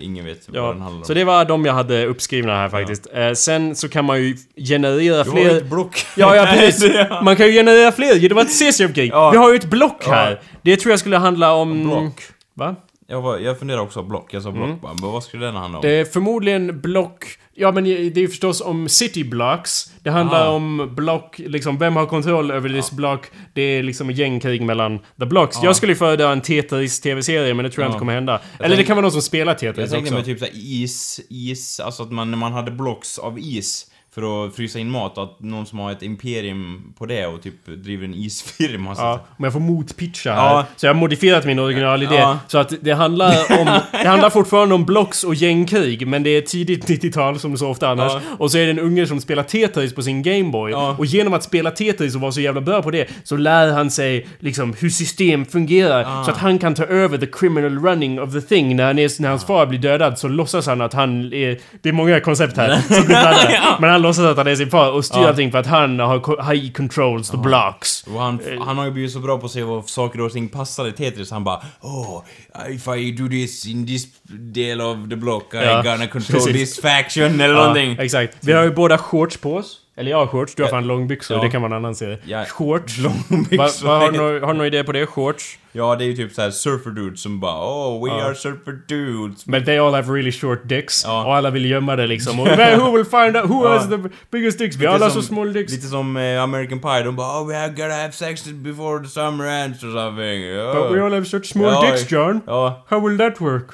ingen vet vad den handlar om.
Så det var de jag hade uppskrivna här faktiskt. Eh, sen så kan man ju generera
du
fler...
har ett block.
Ja, ja
Nej,
precis.
ja.
Man kan ju generera fler ju. Det var ett cesiumkrig.
Ja.
Vi har ju ett block
Ja.
här. Det tror jag skulle handla om...
Block.
Va?
Jag, var, jag funderar också på block, jag sa
Mm.
block bara, men vad skulle den handla om?
Det är förmodligen block... Ja men det är ju förstås om city blocks. Det handlar
Ah.
om block, liksom vem har kontroll över this block? Det är liksom gängkrig mellan the
Ah.
blocks. Jag skulle ju föredra en Tetris TV-serie men det tror jag inte kommer hända. Eller det
tänk-
kan vara någon som spelar
jag
Tetris också.
tänkte mig typ såhär is, is, alltså att man, när man hade blocks av is för att frysa in mat, att någon som har ett imperium på det och typ driver en isfirma så
Ja,
att,
om jag får motpitcha här.
Ja.
Så jag har modifierat min originalidé.
Ja.
Så att det handlar om... Det handlar fortfarande om blocks och gängkrig. Men det är tidigt 90-tal som så ofta annars.
Ja.
Och så är det en unge som spelar Tetris på sin Gameboy.
Ja.
Och genom att spela Tetris och vara så jävla bra på det så lär han sig liksom hur system fungerar. Så att han kan ta över the criminal running of the thing. När, han är, när hans far blir dödad så låtsas han att han är... Det är många koncept här som blir blandade. Men han låtsas att han är sin far och styr allting för att han har ko- high controls the blocks.
och han, han har ju blivit så bra på att se vad saker och ting passar i Tetris, han bara Oh, if I do this in this del of the block,
Ja,
I gonna control
precis.
this faction eller någonting.
Ja, exakt. Vi har ju båda shorts på oss. Eller jag har shorts, du har fan långbyxor.
Ja.
Det kan vara en annan serie.
Ja.
Shorts. Va,
Långbyxor.
va, har, du, några- har du några idéer på det? Shorts?
Ja, det är ju typ såhär surfer dudes som bara Oh, we are surfer dudes.
But they all have really short dicks.
Ja.
Och alla vill gömma det liksom. Och who will find out who has the biggest dicks? Vi har alla så
som-
små dicks.
Lite som eh, American Pie, de bara Oh, we have gotta have sex before the summer ends or something. Ja.
But we all have such small
Ja,
dicks, John.
Ja.
How will that work?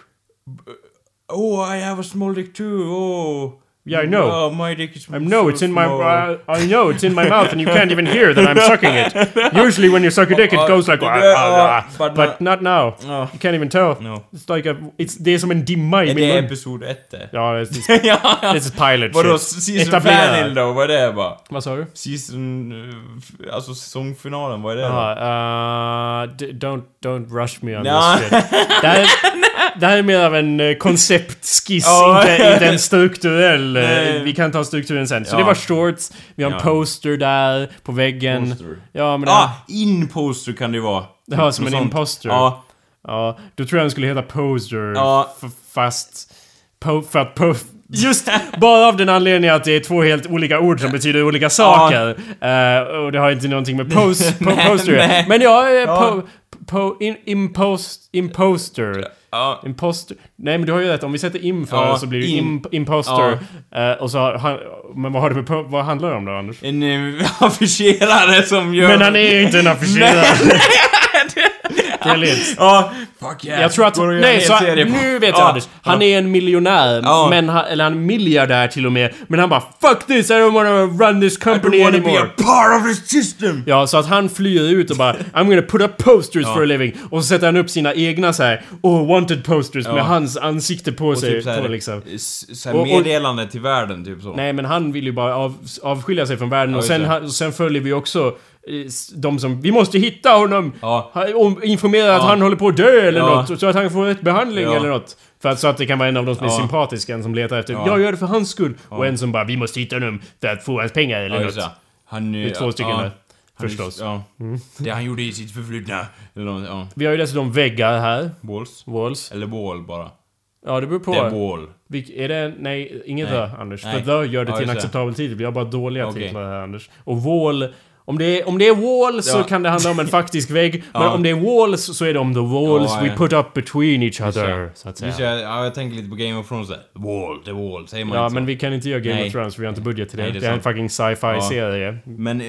Oh, I have a small dick too, oh.
Yeah, I know.
Oh, my dick is
I know
so
it's in my
small.
uh, I know it's in my mouth and you can't even hear that I'm sucking it. Usually when you suck a dick it goes like "Ah, ah, ah."
But
but not now.
Ja.
You can't even tell.
No.
It's like a, it's, det är som en dimma i
Är
min
det
mun.
episod 1 det?
Ja, det är
Ja.
This is pilot
Vadå,
shit.
season
Etablera.
final då? Vad är det bara?
Vad sa du?
Season... eh, f- Alltså säsongfinalen, vad är det? då?
Ja, eh, d- don't, don't rush me on
Nej.
this shit. Det här, är, det här är mer av en eh, konceptskiss,
Ja.
inte, inte en strukturell. eh,
Nej.
Vi kan ta strukturen sen. Så
Ja.
det var shorts, vi har en
Ja.
poster där på väggen.
Poster.
Ja, men det,
Ah! Imposter kan det ju vara.
Ja, som
Något
en
sånt.
imposter.
Ja.
ja, då tror jag den skulle heta poster.
Ja.
f- Fast... Po, för att po, just bara av den anledningen att det är två helt olika ord som betyder olika saker. Eh, och det har inte någonting med pose, po,
Nej,
poster att göra.
nej.
Men jag är
Ja.
po, po, in, impost, imposter.
Ja.
Imposter. Nej men du har ju rätt, om vi sätter in för
Ja,
så blir det
in.
imp, imposter. Eh, och så har han, men vad har det med po, vad handlar det om då Anders?
En eh, affischerare som gör...
Men han är ju inte en affischerare. Brilliant.
Ja, fuck yeah.
Jag tror att...
Alltså, Går och gör en
Nej,
hel
så,
serie på.
nu vet jag
Ja,
Anders. Han är en miljonär,
Ja.
men han, eller han är miljardär till och med. Men han bara 'Fuck this, I don't wanna run this company
don't wanna be
anymore'
a part of the system!
Ja, så att han flyr ut och bara I'm gonna put up posters for a living. Och så sätter han upp sina egna så här oh, wanted posters med hans ansikte på
Och
sig.
typ såhär,
på, liksom.
så här
Och- och-
meddelande till världen, typ så.
Nej, men han vill ju bara av, avskilja sig från världen och
just
sen,
det.
han- och sen följer vi också eh, s- de som, vi måste hitta honom!
Ja.
Ha- Och informera att han håller på att dö eller
Ja.
något, så att han får rätt behandling
Ja.
eller något. För att, så att det kan vara en av de som är
Ja.
sympatiska, en som letar efter, jag gör det för hans skull. Och en som bara, vi måste hitta honom för att få hans pengar eller
Ja, just
något.
det. Han, eh,
Det är två stycken där. Förstås. Mm.
Ja. Det han gjorde i sitt förflutna. Eller något, ja.
Vi har ju dessutom väggar här,
Walls.
walls.
Eller wall bara.
Ja, det beror på.
Det är wall.
Vilk, är det, nej, inget
Nej.
the Anders.
Nej.
För the gör det till
Ja,
en
just det.
acceptabel titel. Vi har bara dåliga
Okej.
titlar här Anders. Och wall. Om det, är, om det är wall så
Ja.
kan det handla om en faktisk vägg. Men
Ja.
om det är walls så är det om the walls
Ja,
we
ja.
put up between each other.
det.
Så att
Nu ska
säga.
jag, ja, jag tänker lite på Game of Thrones där. Wall, the wall. Säger man
Ja,
inte
men
så?
vi kan inte göra Game
Nej.
of Thrones för vi har inte budget till det.
Nej,
det,
det
är
är
en fucking sci-fi serie.
Men eh,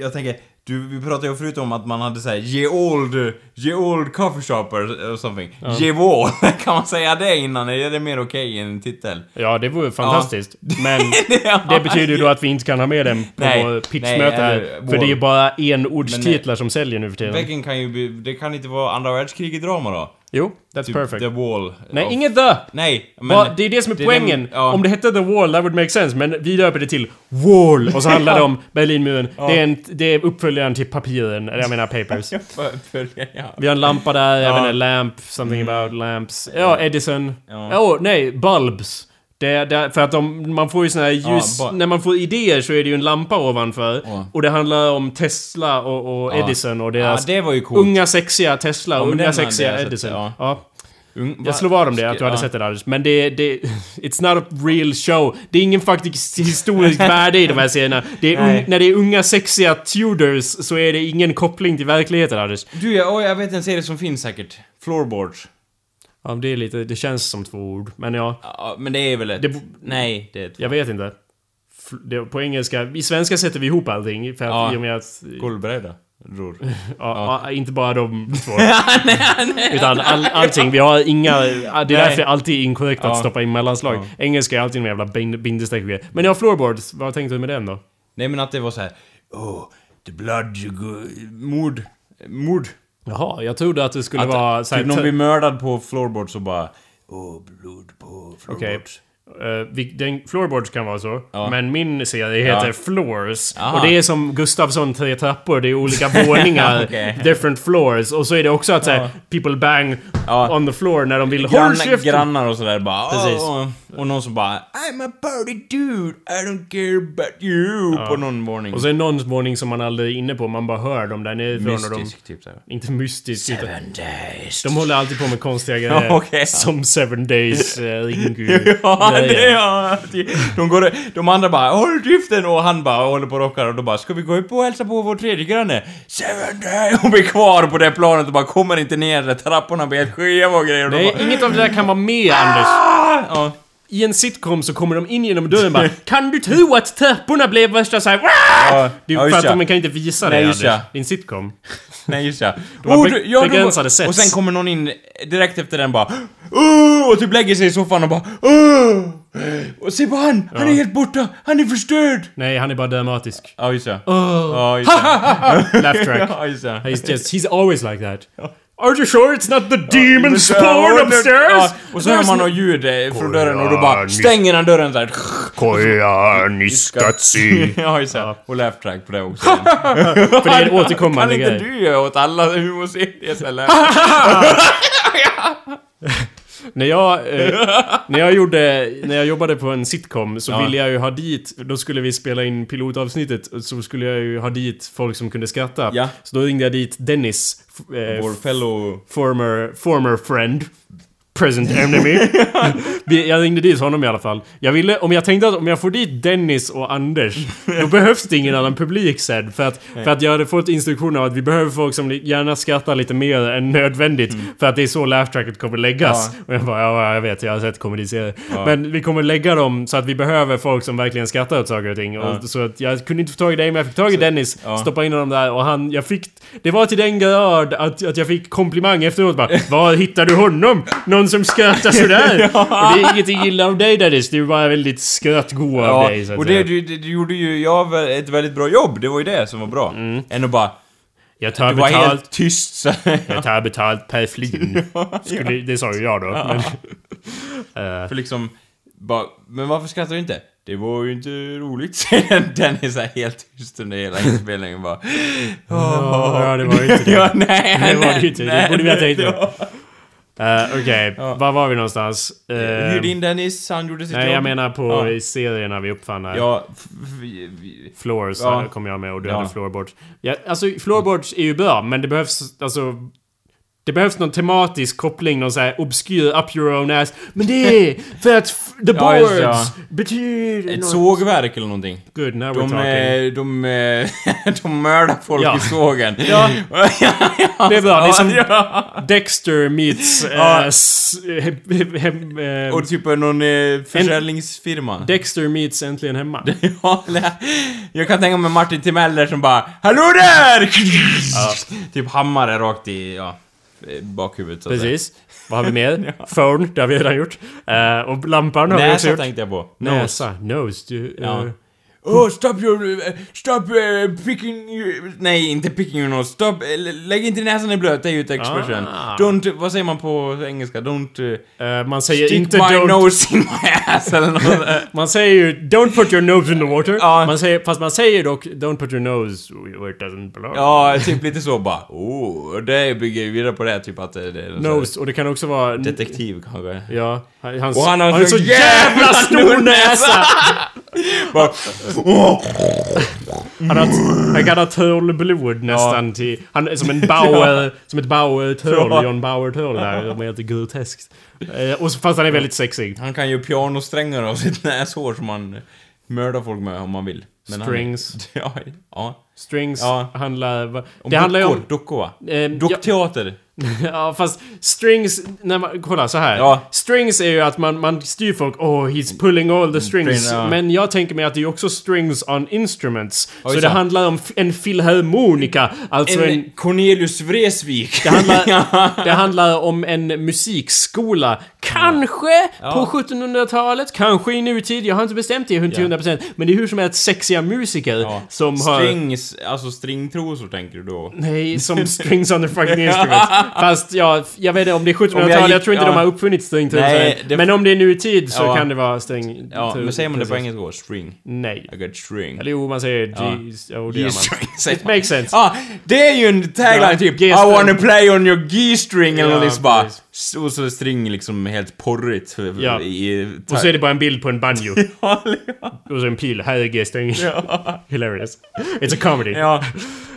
jag tänker, du, vi pratade ju förut om att man hade såhär ge old, ge old coffee shop or or something. Ge wall. kan man säga det innan? Är det mer okej än en titel?
Ja, det vore fantastiskt. Men
Ja.
det betyder ju då att vi inte kan ha med den på
Nej.
vår
Nej,
pitchmöte
eller
här. För det är ju
wall. eh,
bara enordstitlar som säljer nu för tiden.
Väggen kan ju bli, det kan inte vara andra världskriget-drama då? Typ
Jo, that's perfect.
The wall.
Nej,
of-
inget the!
Nej, men...
Ja, det är det som är poängen.
den- ja.
Om det hette The Wall, that would make sense. Men vi döper det till Wall. Och så handlar det om Berlinmuren. Det, är en, det är uppföljaren till papiren. Eller jag menar papers.
För- för- ja.
Vi har en lampa där, jag vet inte, lamp, something about lamps. Ja, Edison. Ja,
Mm. Ja.
nej, bulbs. Det, det, för att de, man får ju såna här ljus...
Ja, bu-
när man får idéer så är det ju en lampa ovanför.
Ja.
Och det handlar om Tesla och, och
Ja.
Edison och
ja,
deras...
det var ju coolt.
Unga sexiga Tesla och
men
unga
den hade
sexiga
jag sett,
Edison.
ja.
Ja.
Ung- va-
Jag slår vad om det, att du
Ska-
hade sett det Anders. Men det, det... It's not a real show. Det är ingen faktiskt historisk värde i de här serierna. Det är un,
Nej.
när det är unga sexiga Tudors så är det ingen koppling till verkligheten Anders.
Du, jag, oj, jag vet en serie som finns säkert. Floorboards.
Ja, det är lite... Det känns som två ord. Men ja,
Ja, men det är väl ett...
Det bo-
Nej, det är ett
jag vet inte. Fl- Det, på engelska... I svenska sätter vi ihop allting. För att
Ja.
i och med att... Ja,
golvbräda. Ror.
ja, inte bara de två. Utan all, allting. Vi har inga... Det är därför det alltid är inkorrekt att
Ja.
stoppa in mellanslag. Engelska är alltid en jävla bin- bindestreck och grejer. Men jag floorboards. Vad tänkte du med den då?
Nej, men att det var så här. Oh, the blood you go... Mord. Mord.
Jaha, jag trodde att det skulle
Att,
vara såhär...
typ någon blir mördad på floorboards och bara... Oh, blod på
Okej.
floorboards.
Eh, vi- den, floorboards kan vara så, men min serie heter
Ja.
Floors.
Aha.
Och det är som Gustafsson tre trappor, det är olika våningar.
Okej.
Different floors. Och så är det också att såhär, people bang
Ja.
on the floor när de vill håll
Granna,
käften!
grannar och sådär bara
Precis.
"Åh, åh." Och någon som bara I'm a party dude, I don't care about you på någon våning.
Och så är det någon våning som man aldrig är inne på, man bara hör dem där nerifrån och de...
Mystisk typ såhär.
Inte mystiskt utan...
Seven days.
De håller alltid på med konstiga grejer.
okej.
Som Seven Days, eh, Ringu.
Ja,
grejer.
det ja. De, går, de andra bara 'Håll driften' och han bara håller på och rockar och då bara 'Ska vi gå upp och hälsa på vår tredje granne?' Seven days! Och blir kvar på det planet och bara kommer inte ner, trapporna blir helt skeva och grejer och de
Nej,
bara
inget av det där kan vara med Anders.
"Ah!" ja.
i en sitcom så kommer de in genom dörren bara Kan du tro att trapporna blev värsta såhär "Wah!"
Ja,
Det
ja,
är för
just
att
ja.
de kan inte visa det
Nej,
Anders.
just
Det
ja.
är en sitcom.
Nej just ja.
har
Oh,
be-
du- ja, de-
begränsade sets.
Och sen kommer någon in direkt efter den bara oh, och typ lägger sig i soffan och bara oh! Och se på han! Han är helt borta! Han är förstörd!
Nej, han är bara dramatisk.
Ja just ja. Ja just ja.
Laugh track.
Ja, just ja.
He's just, he's always like that. Are you sure it's not the demon
Ja,
spawn
och-
upstairs?
ja, Och så hör
There's
man
no-
något ljud eh, från dörren och då bara stänger han dörren såhär.
Koyaanisqatsi.
Ja just ja. Och laugh track på det också.
För det är en återkommande
Kan inte
grej.
du göra åt alla humorserier så här laugh-
När jag, eh, när, jag gjorde, när jag jobbade på en sitcom så ville jag ju ha dit, då skulle vi spela in pilotavsnittet, så skulle jag ju ha dit folk som kunde skratta.
Ja.
Så då ringde jag dit Dennis, f- eh,
Vår fellow...
former, former friend. present enemy. Vi- jag ringde dit honom i alla fall. Jag ville, om jag tänkte att om jag får dit Dennis och Anders, då behövs det ingen annan publik sedd. För att, för att jag hade fått instruktioner av att vi behöver folk som li- gärna skrattar lite mer än nödvändigt. För att det är så laugh tracket kommer läggas. Och jag bara, ja jag vet, jag har sett komediserier. Men vi kommer lägga dem så att vi behöver folk som verkligen skrattar åt saker och ting.
Ja.
Och, så att jag kunde inte få tag i dig, men jag fick tag i Dennis.
ja.
Stoppa in honom där och han, jag fick... Det var till den grad att, att jag fick komplimang efteråt bara Var hittar du honom? Någon som skrattar sådär? Och det är ingenting illa av dig Dennis, du är bara väldigt skrattgo av dig så att
och det,
säga.
du, det, det gjorde ju jag väl- ett väldigt bra jobb, det var ju det som var bra. Än att bara...
Jag tar
Du var
Mm. betalt,
helt tyst så
jag tar betalt per flin. Skulle, Det sa ju jag då. Men, eh,
För liksom, bara, men varför skrattar du inte? Det var ju inte roligt, säger Dennis är helt tyst under hela inspelningen bara.
Ja, ja, det var ju inte det.
ja, nej,
det var det
nej,
ju inte, det
nej,
borde vi ha tänkt
det
på.
var-
Eh, Okej, var var vi någonstans? Eh,
Hyrde in Dennis, han gjorde sitt
nej,
jobb.
jag menar på
Ja.
i serierna vi uppfann här.
Ja, f- f- vi-
Floors
Ja.
ja. kom jag med och du
Ja.
hade floorboards. Ja, alltså floorboards är ju bra men det behövs alltså... Det behövs någon tematisk koppling, någon så här obskyr up your own ass. Men det är för att f- the
Ja,
boards
just det,
betyder
ett
något.
sågverk eller någonting.
Good, now we're
De,
talking.
eh, de, eh, de mördar folk
Ja.
i sågen.
Ja. Det är bra, det är som
ja.
Dexter meets...
Ja.
eh, s- hem, hem, hem, eh,
Och typ någon eh, försäljningsfirma.
Dexter meets Äntligen Hemma.
Ja, nej. jag kan tänka mig Martin Timeller som bara Hallå där! Typ hammare rakt i, ja, eh, bakhuvudet så att säga.
Precis. Vad har vi mer? Phone, det har vi redan gjort. Eh, och lampan har vi också
Näsa
gjort.
tänkte jag på. Nose.
Näsa. Nose. Du,
Ja.
eh,
Oh, stop your... eh, Stop eh, picking... your- Nej, inte picking your nose. Stop... eh, Lägg inte näsan i blöt, det är ju ett expression.
Ah.
Don't... Vad säger man på engelska? Don't... eh,
eh, man säger
stick
inte
my
don't...
nose in my ass eller något.
Man säger ju “Don't put your nose in the water”.
Ja.
Man säger, fast man säger dock “Don't put your nose where it doesn't belong”.
ja, typ lite så bara. Oh, det bygger ju vidare på det, typ att det, det är någon sån här
Nose, och det kan också vara...
Detektiv kanske.
Ja. Han, hans,
Och han har
en
så
så jävla
jävla
stor
stor
näsa!
Bara,
Han, har, ett- han kan ha trollblod nästan till... Han är som en Bauer... Som ett Bauer-troll.
Ja.
John Bauer-troll där. De är helt groteskt. Eh, och så, fast han är väldigt sexig.
Han kan ju pianosträngar av sitt näshår som han mördar folk med om man vill. Men
Strings.
Han, ja, ja.
Strings
Ja.
handlar... va-
Om
det handlar ju om...
Dockor, va?
Ehm,
Dockteater.
Ja fast strings, när man, kolla så här.
Ja.
Strings är ju att man, man styr folk, oh he's pulling all the strings.
String, ja.
Men jag tänker mig att det är ju också strings on instruments.
Oj,
så
så.
det handlar om f- en filharmonika, alltså en...
En Cornelius Vreeswijk.
det, handlar, det handlar om en musikskola. Kanske på 1700-talet, kanske i nutid. Jag har inte bestämt det till 100% men det är hur som helst sexiga musiker
Ja.
som har...
Strings, alltså stringtrosor tänker du då?
Nej, som strings on the fucking instrument. Fast ja, jag vet inte om det är
Om
1700-tal,
jag
jag,
gick-
tror inte
ja.
de har uppfunnit stringtrosor
Nej,
än.
det-
Men om det är nu i tid så
Ja.
kan det vara string...
Ja,
tro-
men säger man det på
Mm, precis.
engelska då? String.
Nej.
I got string.
Eller jo, man säger G...
Ja.
Jo, det gör man.
G-string säger
It
man.
makes sense.
Ja, det är ju en tagline
Ja,
typ I
G-string.
wanna play on your G-string eller
Ja,
nåt liksom bara.
precis.
Och så string liksom helt porrigt.
Ja.
I,
Och så är det bara en bild på en banjo.
Ja, ja.
och så en pil. Här är G-string. Hilarious. It's a comedy.
Ja.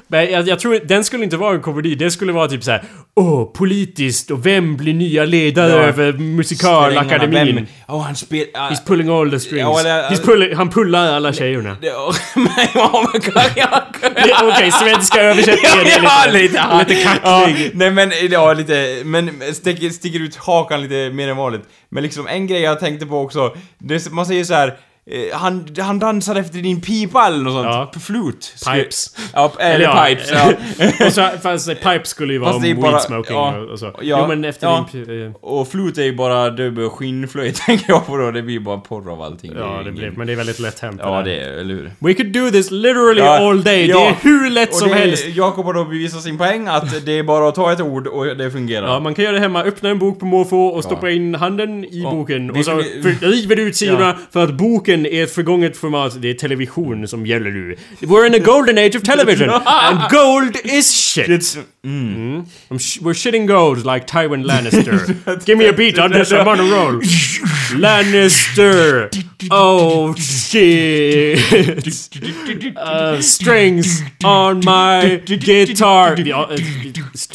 Men jag, jag tror den skulle inte vara en komedi. Det skulle vara typ så här: Åh, politiskt och vem blir nya ledare
Ja.
över musikalakademin?
Vem- Ja, han spelar...
He's pulling all the strings.
Ja, eller-
He's pulling, han pullar alla tjejerna.
Men ja, man kan jag...
Det- Okej, svenska översättningen
Ja,
Typ är lite...
lite, ja.
lite kackig.
Ja, nej men, ja lite, men sticker, sticker ut hakan lite mer än vanligt. Men liksom en grej jag tänkte på också, det, är- man säger så här. eh, Han, han dansar efter din pipa eller något sånt.
Ja.
P- Flut.
Pipes.
Ja, p- eller
Ja.
pipes. Ja.
och så, fast eh, pipes skulle ju vara
Fast
om
det är bara-
weed smoking
ja.
och, och så.
Ja.
Jo men efter
Ja.
din... eh,
Och flut är ju bara dubb och skinnflöjt tänker jag på då. Det blir bara porr av allting. är
Ja, det
ingen-
blir, men det är väldigt lätt hänt.
Ja,
där.
det är, eller hur?
We could do this literally
Ja,
all day.
ja.
Det är hur lätt
Och
som
det,
helst.
Jakob har då bevisat sin poäng att det är bara att ta ett ord och det fungerar.
Ja, man kan göra det hemma. Öppna en bok på måfå och stoppa in handen i boken.
vi-
Och så
vi-
för, river du ut sidorna för att boken är ett förgånget format. Det är television som gäller nu. We're in a golden age of television. and gold is shit. Mm. I'm sh- we're shitting gold like Tywin Lannister. Give me a beat, Anders. I'm on a roll. Lannister! Oh shit! Uh, strings on my guitar! Vi, av- eh,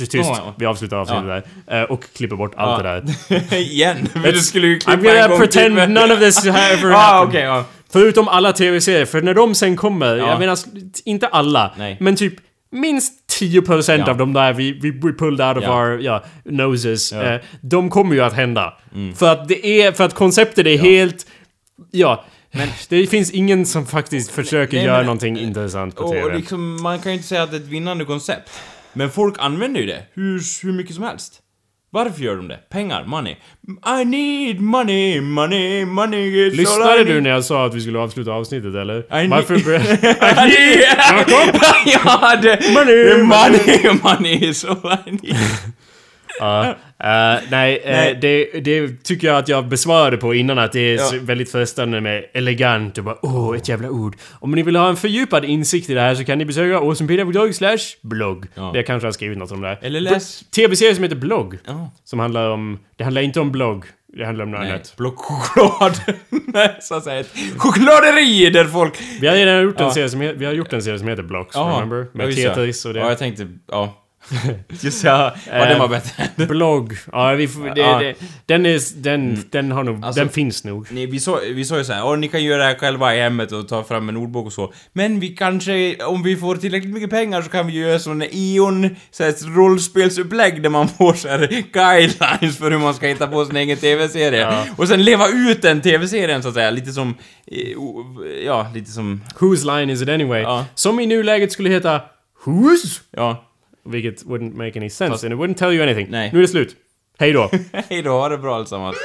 tyst, vi avslutar avsnittet där. Eh, och klipper bort allt det där.
Igen? Men du skulle ju
I'm
klippa en
gonna
gång
pretend
till.
none of this has ever
Ah,
happened.
okej, ja.
Förutom alla tv-serier, för när de sen kommer, jag menar inte alla,
Nej.
men typ minst 10%
Ja.
av de där vi, vi we pulled out of
Ja.
our ja, noses, Eh, de kommer ju att hända.
Mm.
För att det är, för att konceptet är helt, ja. det finns ingen som faktiskt försöker
nej,
göra
men-
någonting intressant på
Och
TV.
liksom, man kan ju inte säga att det är ett vinnande koncept. Men folk använder ju det hur, hur mycket som helst. Varför gör de det? Pengar, money. I need money, money, money. it's all
Lyssnade
I
du
need.
när jag sa att vi skulle avsluta avsnittet eller?
ni-
Varför började...
ja, det...
Money,
money, money is all I need.
Ja, eh, nej, eh,
Nej.
Det, det tycker jag att jag besvarade på innan att det är
Ja.
så väldigt frestande med elegant och bara åh, ett jävla ord. Om ni vill ha en fördjupad insikt i det här så kan ni besöka awesomepedia.org slash blogg.
Ja.
Där kanske jag har skrivit något om det här.
Eller läs-
Bl- TV-serie som heter blogg.
Ja.
Som handlar om... Det handlar inte om blogg. Det handlar om något annat.
Blockchoklad. Nej, så att säga. Ett chokladeri där folk...
Vi har redan gjort en
Ja.
serie som, he- vi har gjort en serie som heter Blocks, remember? Med
just det.
Tetris och det. Eh,
Ja, jag tänkte... Ja. Just ja. Ja, den var bättre.
Blogg. Ja, vi får, det,
Ja.
det, den är... Den, den har nog...
Alltså-
den finns nog.
Nej, vi, sa, vi sa ju såhär, "Åh, ni kan göra det här själva i hemmet och ta fram en ordbok och så. Men vi kanske, om vi får tillräckligt mycket pengar så kan vi göra sån Ion, såhär ett rollspelsupplägg där man får såhär guidelines för hur man ska hitta på sin egen TV-serie. Och sen leva ut den TV-serien så att säga, lite som, eh, o- ja, lite som,
Whose line is it anyway?
Ja.
Som i nuläget skulle heta Whose?
ja.
Vilket wouldn't make any sense and it wouldn't tell you anything.
Nej.
Nu är det slut. Hej då.
Hej då, ha det bra allesammans.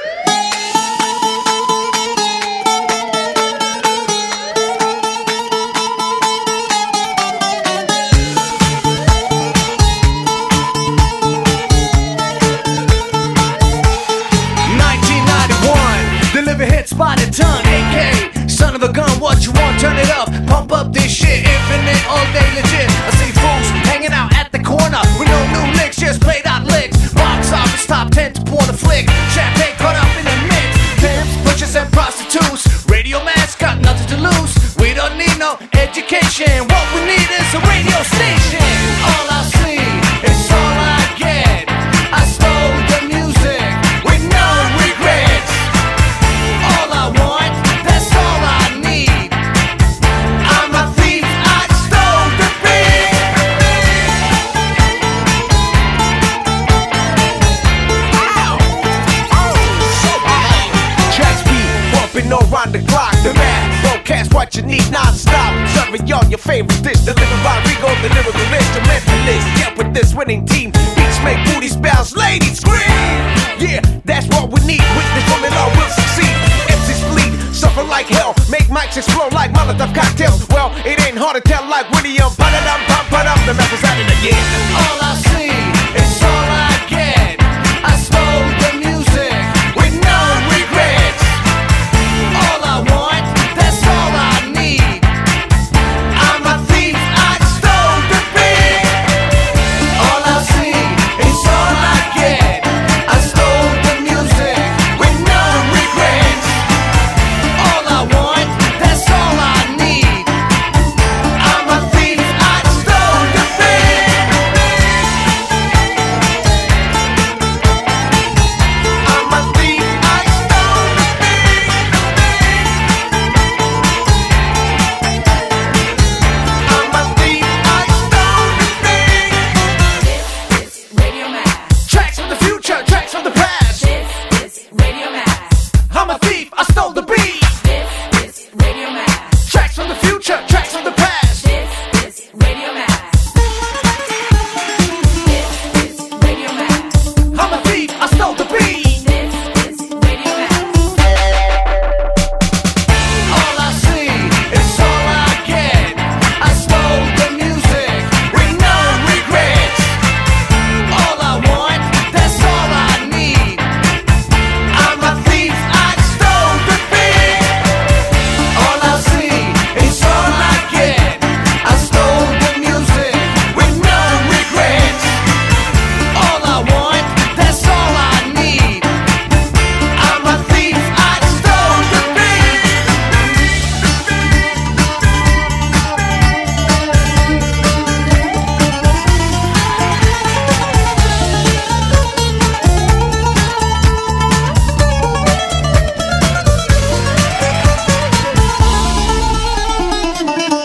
Deliver hits by the ton, AK. Son of a gun, what you want? Turn it up, pump up this shit. Infinite, all day legit. I see fools hanging out at the corner with no new licks, just played out licks. Box office top ten to porn a flick. Champagne caught up in the mix. Pimps, pushers, and prostitutes. Radio mask got nothing to lose. We don't need no education. What we need is a radio station. All I see is all I get. I stole the music with no regrets. All I want, that's all I need. I'm a thief, I stole the beat. Chest beat, bumping around the clock. The man broadcast what you need non-stop. Serving y'all your favorite dish. Delivered by Rigo, the lyrical instrumentalist. Yeah, with this winning team. Beats make booties bounce, ladies scream. Yeah, that's what we need. With this woman, all will succeed. MCs bleed, suffer like hell. Make mics explode like Molotov cocktails. Well, it ain't hard to tell like William. Ba-da-dum, ba-da-dum. The rappers out it again. All I see is all I get. I stole the music with no regrets. All I want, that's all I need. I'm a thief, I stole the beat. All I see is all I get. I stole the music with no regrets. All I want, that's all I need. I'm a thief, I stole the beat.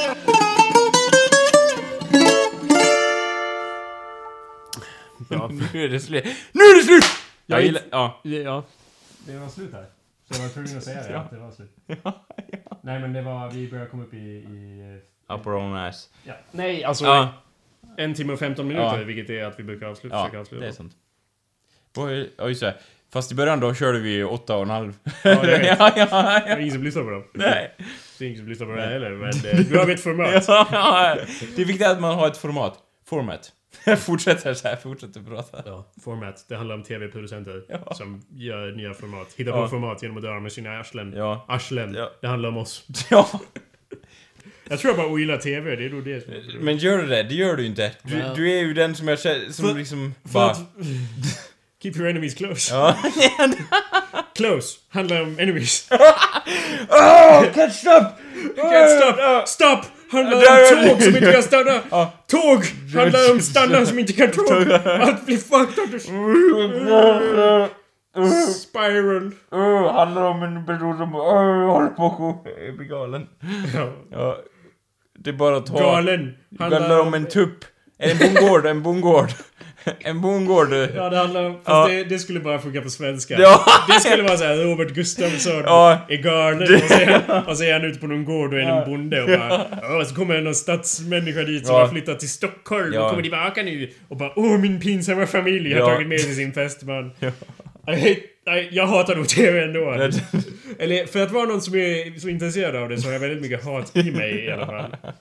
Nu är det slut. Nu är det slut! Jag
Jag
gillar... Ja.
Ja. Det var slut här. Så jag var tvungen att säga det. ja. Det var slut. Nej men det var, vi började komma upp i... i
Up our own ass.
ja. Nej, alltså
Ja,
en timme och 15 minuter,
Ja.
vilket är att vi brukar avsluta.
ja
försöka avsluta.
det är sant. Oj, ja, just det. Fast i början då körde vi åtta och en halv.
Ja, jag vet.
ja, ja,
Det
ja.
är ingen som lyssnar på dem.
Nej.
Det är ingen som lyssnar på det här heller, men eh, du har mitt format.
Ja, det är viktigt att man har ett format. Format. Fortsätter så här, fortsätter prata.
Ja, format. Det handlar om tv-producenter
Ja.
som gör nya format. Hittar
Ja.
på format genom att döda med sina arslen.
Ja.
Arslen.
Ja.
Det handlar om oss.
Ja,
Jag tror jag bara ogillar tv, det är nog det som är problemet.
men gör du det? Det gör du inte. Du,
Nej.
du är ju den som jag känner, som
För-
liksom
För
bara...
att- Keep your enemies close.
Ja.
Close handlar om enemies.
Oh, catch up!
Can't stop! Stop! Handlar om tåg som inte kan stanna!
Ja.
Tåg handlar om stanna som inte kan tåg! Att bli fucked up! Spiral!
Uh, handlar om en person som uh, håller på att gå- bli galen.
Ja.
Ja, det är bara att ta...
Galen!
Handlar om en tupp. En bondgård, en bondgård. En bondgård.
Ja, det handlar om... Fast
Ja.
det, det skulle bara funka på svenska.
Ja.
Det skulle vara såhär, Robert Gustafsson
Ja.
är galen och så är, och så är han ute på någon gård och är en bonde och bara... "Ja, så kommer någon stadsmänniska dit som
Ja.
har flyttat till Stockholm
Ja.
och kommer tillbaka nu och bara Åh, min pinsamma familj har
Ja.
tagit med sig sin fästman. I hate, nej, jag hatar nog TV ändå. Eller för att vara någon som är så intresserad av det så har jag väldigt mycket hat i mig i alla fall.